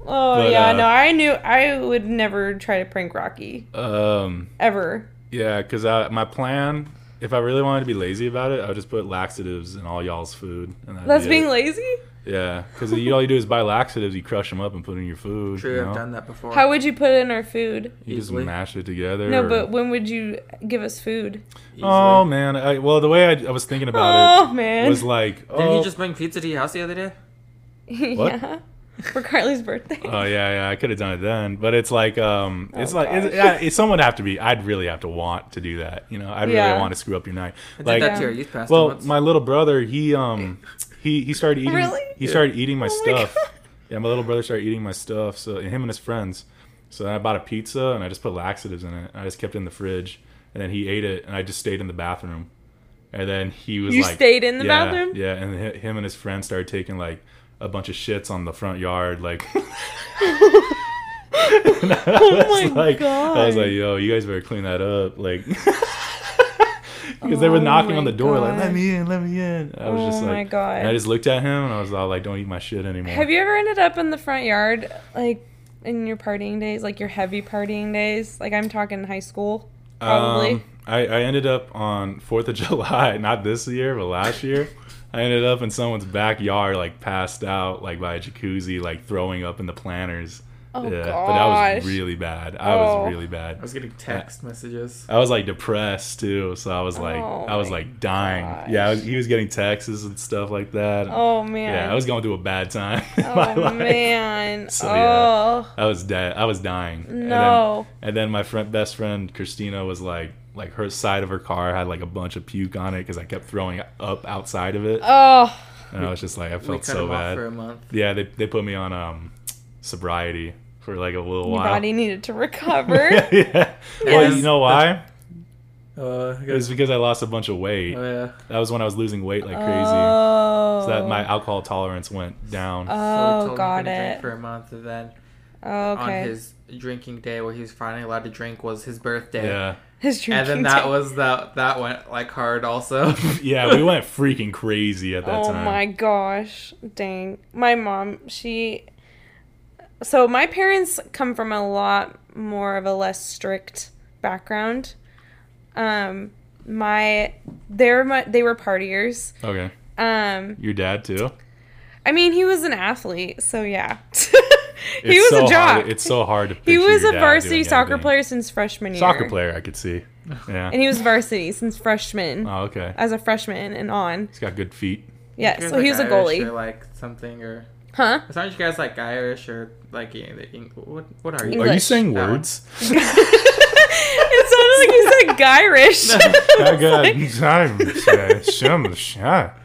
Oh
But,
yeah,
uh,
no, I knew I would never try to prank Rocky
Um,
ever.
yeah, because my plan, if I really wanted to be lazy about it, I would just put laxatives in all y'all's food. And that'd
That's
be
being
it.
lazy.
Yeah, because you, all you do is buy laxatives, you crush them up and put it in your food.
True,
you know?
I've done that before.
How would you put it in our food?
You just
Easily.
mash it together.
No,
or-
but when would you give us food?
Easily.
oh man, I, well the way I, I was thinking about
Oh
it
man.
was like, oh,
Didn't he just bring pizza to your house the other day?
What?
yeah. For Carly's birthday.
oh yeah, yeah, I could have done it then. But it's like, um, it's
Oh,
like,
gosh.
it's, yeah, it's, someone would have to be. I'd really have to want to do that. You know, I'd really
Yeah.
want to screw up your night.
I did
Like,
that to your youth pastor
well,
once.
my little brother, he um, he he started eating.
Really?
He started eating my
Oh my
stuff.
God.
yeah, my little brother started eating my stuff. So and him and his friends. So then I bought a pizza and I just put laxatives in it. I just kept it in the fridge, and then he ate it, and I just stayed in the bathroom. And then he was
You
like,
stayed in the
yeah,
bathroom?
Yeah, and hi- him and his friend started taking like a bunch of shits on the front yard, like. oh
my
like, I was
God.
like, "Yo, you guys better clean that up!" Like, because they were
Oh
knocking on
my
the door, like,
God.
"Let me in, let me in." I was
Oh
just like,
my God.
and I just looked at him and I was all like, "Don't eat my shit anymore."
Have you ever ended up in the front yard, like in your partying days, like your heavy partying days? Like I'm talking high school, probably.
Um, I, I ended up on Fourth of July, not this year, but last year. I ended up in someone's backyard, like passed out, like by a jacuzzi, like throwing up in the planters.
Oh,
but that
gosh.
was really bad. I
Oh.
was really
I
bad.
was getting text messages.
I was like depressed too, so I was like,
Oh,
I was
my
like dying. Yeah, I was, he was getting texts and stuff like that.
oh man.
yeah, I was going through a bad time. in my
Oh
life.
man.
So,
oh.
yeah. I was dead. I was dying. And then-
No.
And then, my friend, best friend Christina was like, like her side of her car had like a bunch of puke on it because I kept throwing up outside of it,
Oh.
and I was just like, I
We
felt
cut
so
him off for a
bad.
month.
Yeah, they they put me on um sobriety for like a little
Your
while.
body needed to recover.
yeah. Well,
Yes.
you know why? It
Uh, I
was
guess-
because I lost a bunch of weight.
oh, yeah.
That was when I was losing weight like crazy.
Oh.
So that my alcohol tolerance went down.
Oh,
told him
got
he couldn't
it. Oh,
Drink for a month, and then
okay.
on
His,
his drinking day, where he was finally allowed to drink, was his birthday.
yeah.
drinking.
And then that
day.
was that that went like hard also.
Yeah, we went freaking crazy at that
oh
time.
my gosh dang my mom she so my parents come from a lot more of a less strict background um my they're my, they were partiers
Okay.
um
Your dad too?
i mean he was an athlete so yeah he was
It's so
a jock
Hard. It's so hard to.
he
picture
was
your
a
dad
varsity
doing
soccer
anything.
player since freshman year
Soccer player, I could see. Yeah.
and he was varsity since freshman
oh, okay.
as a freshman and on
He's got good feet.
yeah so he was a
Irish Or,
goalie
like something or
huh
aren't you guys like Irish or like you know, the Eng- what what are you?
Engli-
Are you
English.
saying
No.
words?
It sounded like you said
I
Gyrish.
got I'm- some shot.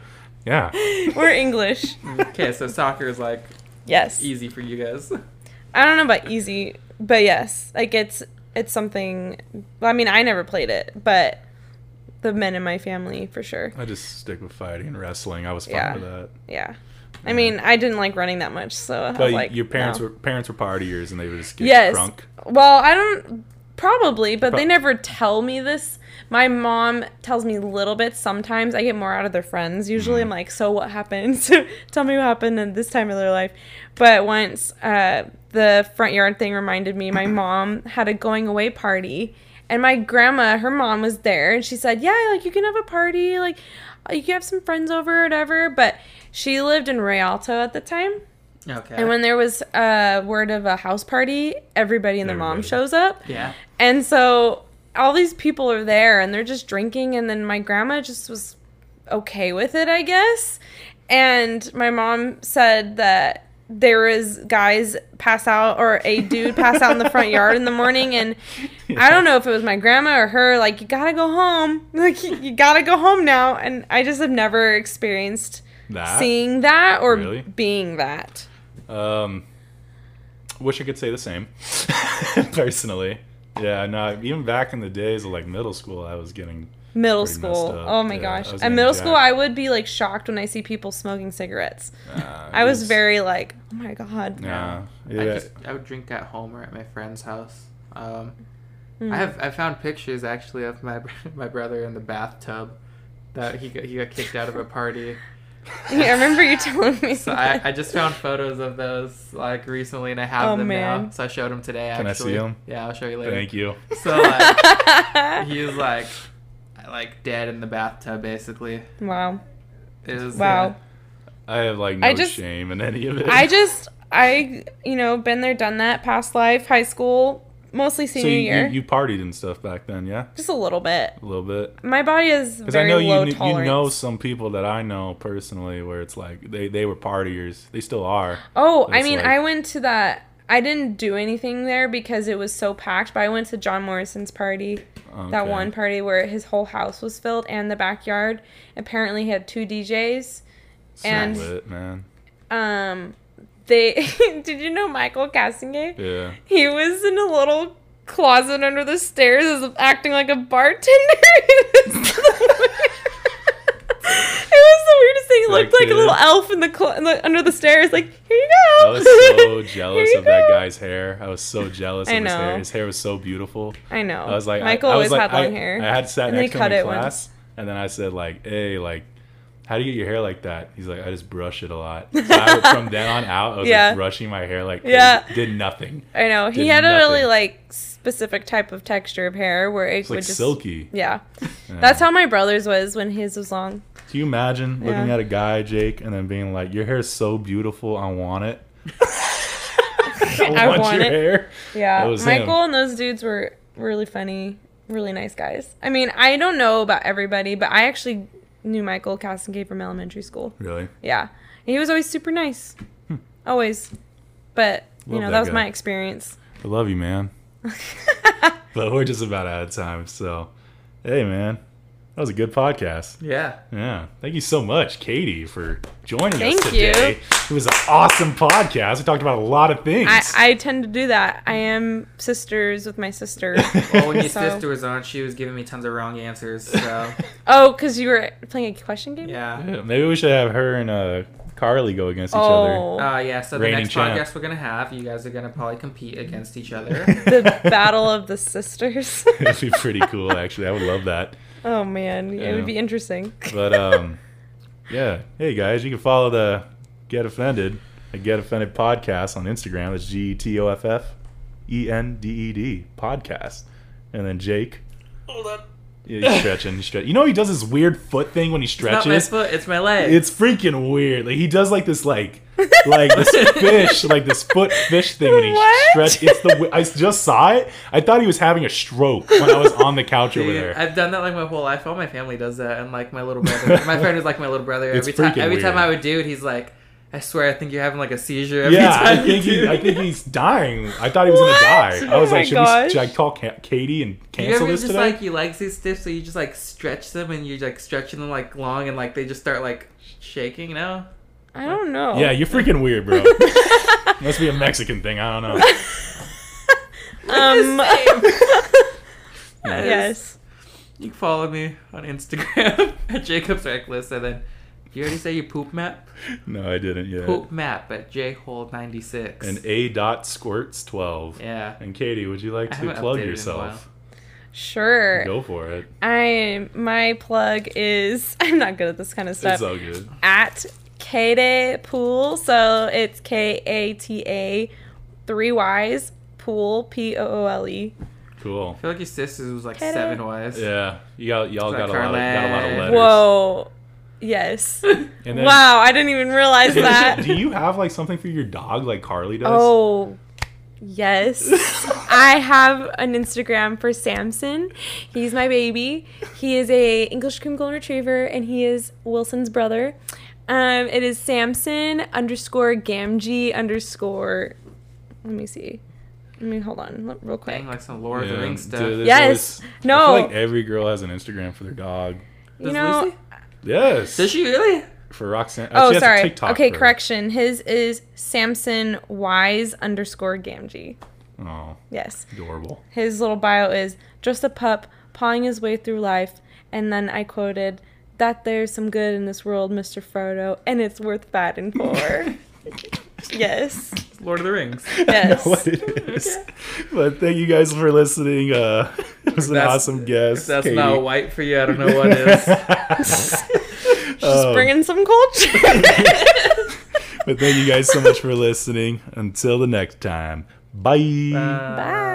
Yeah.
We're English.
Mm, okay, so soccer is like
Yes.
easy for you guys.
I don't know about easy, but yes, like it's it's something. Well, I mean, I never played it, but the men in my family for sure.
I just stick with fighting and wrestling. I was fine
Yeah.
with that.
Yeah. I mean, I didn't like running that much, so I was
But
like,
your parents
no.
were parents were partiers and they would just get
Yes.
drunk.
Well, I don't probably, but
Pro-
they never tell me this. My mom tells me little bits sometimes. I get more out of their friends. Usually I'm like, "So what happened? tell me what happened in this time of their life." But once uh, the front yard thing reminded me my mom had a going away party and my grandma, her mom was there and she said, "Yeah, like you can have a party, like you can have some friends over or whatever." But she lived in Rialto at the time.
Okay.
And when there was a word of a house party, everybody and their mom
Everybody.
shows up.
yeah.
And so all these people are there and they're just drinking. And then my grandma just was okay with it, I guess. And my mom said that there was guys pass out or a dude pass out in the front yard in the morning and i don't know if it was my grandma or her like you gotta go home like you, you gotta go home now and i just have never experienced
That
seeing that or
Really?
being that
Um, wish I could say the same, personally. Yeah, no. Even back in the days of like middle school, I was getting.
Middle
pretty messed
school.
up.
Oh my
Yeah, I
gosh.
was
At
getting
middle school,
jacked.
I would be like shocked when I see people smoking cigarettes.
Uh,
I
it
was very like, oh my god.
Yeah,
I
yeah.
just I would drink at home or at my friend's house. Um, I have I found pictures actually of my my brother in the bathtub that he got, he got kicked out of a party.
Yeah, I remember you telling me.
So I, I just found photos of those like recently and I have
Oh,
them now.
man.
So I showed him today
Can I see
actually.
'em?
Yeah, I'll show you later.
Thank you.
So like,
that.
he was like like dead in the bathtub basically.
wow.
It was
Wow.
uh,
I have like no
I just-
shame in any of it.
I just, I, you know, been there, done that, past life, high school, mostly
so
senior
you,
year.
you, you partied and stuff back then, yeah,
just a little bit.
a little bit.
My body is
Because I
very
know
low
you kn- you
tolerance.
know some people that I know personally where it's like they they were partiers. They still are.
oh,
But
I
it's
mean,
like-
I went to that. I didn't do anything there because it was so packed, but I went to John Morrison's party. That
Okay.
one party where his whole house was filled and the backyard. Apparently, he had two DJs.
So
and-
lit, man.
Um, they did you know Michael Cassingay?
Yeah.
He was in a little closet under the stairs, as- acting like a bartender. it was the weirdest thing. He looked like a
Like,
little
uh,
elf in the, clo- in the under the stairs. Like here you go.
I was so jealous
Here you
of that
go.
guy's hair. I was so jealous
I
of his hair.
know.
His hair was so beautiful.
I know.
I was like,
Michael
I, I
always
was like,
had long
I,
hair.
I had sat
And then he
next to
cut
him in
it once.
class, and then I said like, "Hey, like, how do you get your hair like that?" He's like, "I just brush it a lot." So I, from then on out, I was
Yeah.
like brushing my hair like,
Yeah.
crazy. did nothing.
I know. He
did
had a really
nothing.
like specific type of texture of hair where it
It's
would
like
just
silky.
Yeah.
Yeah.
That's how my brother's was when his was long.
Can you imagine looking
Yeah.
at a guy, Jake, and then being like, "Your hair is so beautiful, I want it."
I want
your
it.
hair.
Yeah,
That was
Michael
him.
and those dudes were really funny, really nice guys. I mean, I don't know about everybody, but I actually knew Michael Castengay from elementary school.
Really?
Yeah, and he was always super nice, always. But you
Hmm. Love
know,
that
that, was
guy.
my experience.
I love you, man. but we're just about out of time. So, hey, man, that was a good podcast.
yeah.
Yeah. Thank you so much, Katie, for joining
Thank
us
you.
today. It was an awesome podcast. We talked about a lot of things.
I, I tend to do that. I am sisters with my sister.
Well, when your
So-
sister was on, she was giving me tons of wrong answers. So
oh, because you were playing a question game.
yeah.
Yeah, Maybe we should have her and uh, Carly go against each
Oh,
Uh, yeah. So the
Reigning
next
champ.
podcast we're gonna have, you guys are gonna probably compete against each other.
other.
the battle of the sisters.
That'd be pretty cool, actually. I would love that.
oh man, it
Yeah.
would be interesting.
But um, yeah. Hey guys, you can follow the Get Offended, the Get Offended podcast on Instagram. That's G E T O F F E N D E D podcast. And then Jake.
Hold up.
Yeah, he's stretching. He's stretching. You know he does this weird foot thing when he
Not my
stretches.
foot. It's my leg.
It's freaking weird. Like he does like this like like this fish like this foot fish thing when he
What?
stretch. It's the wi- I just saw it. I thought he was having a stroke when I was on the couch over
Dude,
there.
I've done that like my whole life. All my family does that, and like my little brother, my friend is like my little brother.
It's
every time,
freaking
every time
weird.
I would do it, he's like, "I swear, I think you're having like a seizure." Every
yeah,
time
I think
you do
he, I
it."
think he's dying. I thought he was
What?
gonna die. I was
Oh my
like, should, we,
gosh.
should I call Ca- Katie and
You
cancel
ever
this
just
today?
like you like these stiff, so you just like stretch them, and you're like stretching them like long, and like they just start like shaking. No,
I don't know.
yeah, you're freaking weird, bro. Must be a Mexican thing. I don't know.
Um, yes.
You can follow me on Instagram at Jacob's Reckless, and then you already say you poop map,
No, I didn't. Yeah.
poop map at jhole ninety six.
And a dot squirts twelve.
yeah,
And Katie, would you like
I
to
haven't
plug
updated in a
yourself?
Sure.
Go for it.
I my plug is I'm not good at this kind of
It's
stuff.
all good.
At Kate Pool, so it's K A T A, three Y's Pool P O O L E.
Cool.
I feel like your sister's was like
Hit it.
seven wise.
Yeah, you got, y'all
It's like
got a, lot of, got a lot of
Carlette.
letters.
Whoa, yes.
And then-
wow, I didn't even realize that.
Do you have like something for your dog like Carly does?
Oh, yes. I have an Instagram for Samson. He's my baby. He is a English cream golden retriever, and he is Wilson's brother. Um, it is Samson underscore Gamgee underscore. Let me see. Let me hold on l- real quick.
Dang, like some Lord of the
Yeah,
Rings stuff.
dude, there's
Yes.
always- I feel
No.
like every girl has an Instagram for their dog.
You
Does
know.
Lucy?
Yes.
Does she really?
for Roxanne. she
Oh,
has a
sorry.
TikTok
Okay,
for-
correction. His is Samson Wise underscore Gamgee.
Oh,
Yes.
adorable.
his little bio is just a pup pawing his way through life and then i quoted that there's some good in this world mr frodo and it's worth fighting for yes
Lord of the Rings.
Yes.
what it is. But thank you guys for listening. Uh, it was an
That's-
awesome guest.
If that's
Katie.
not white for you. I don't know what is. Uh,
Just
Um,
bringing some culture.
But thank you guys so much for listening. Until the next time. Bye.
Uh,
Bye.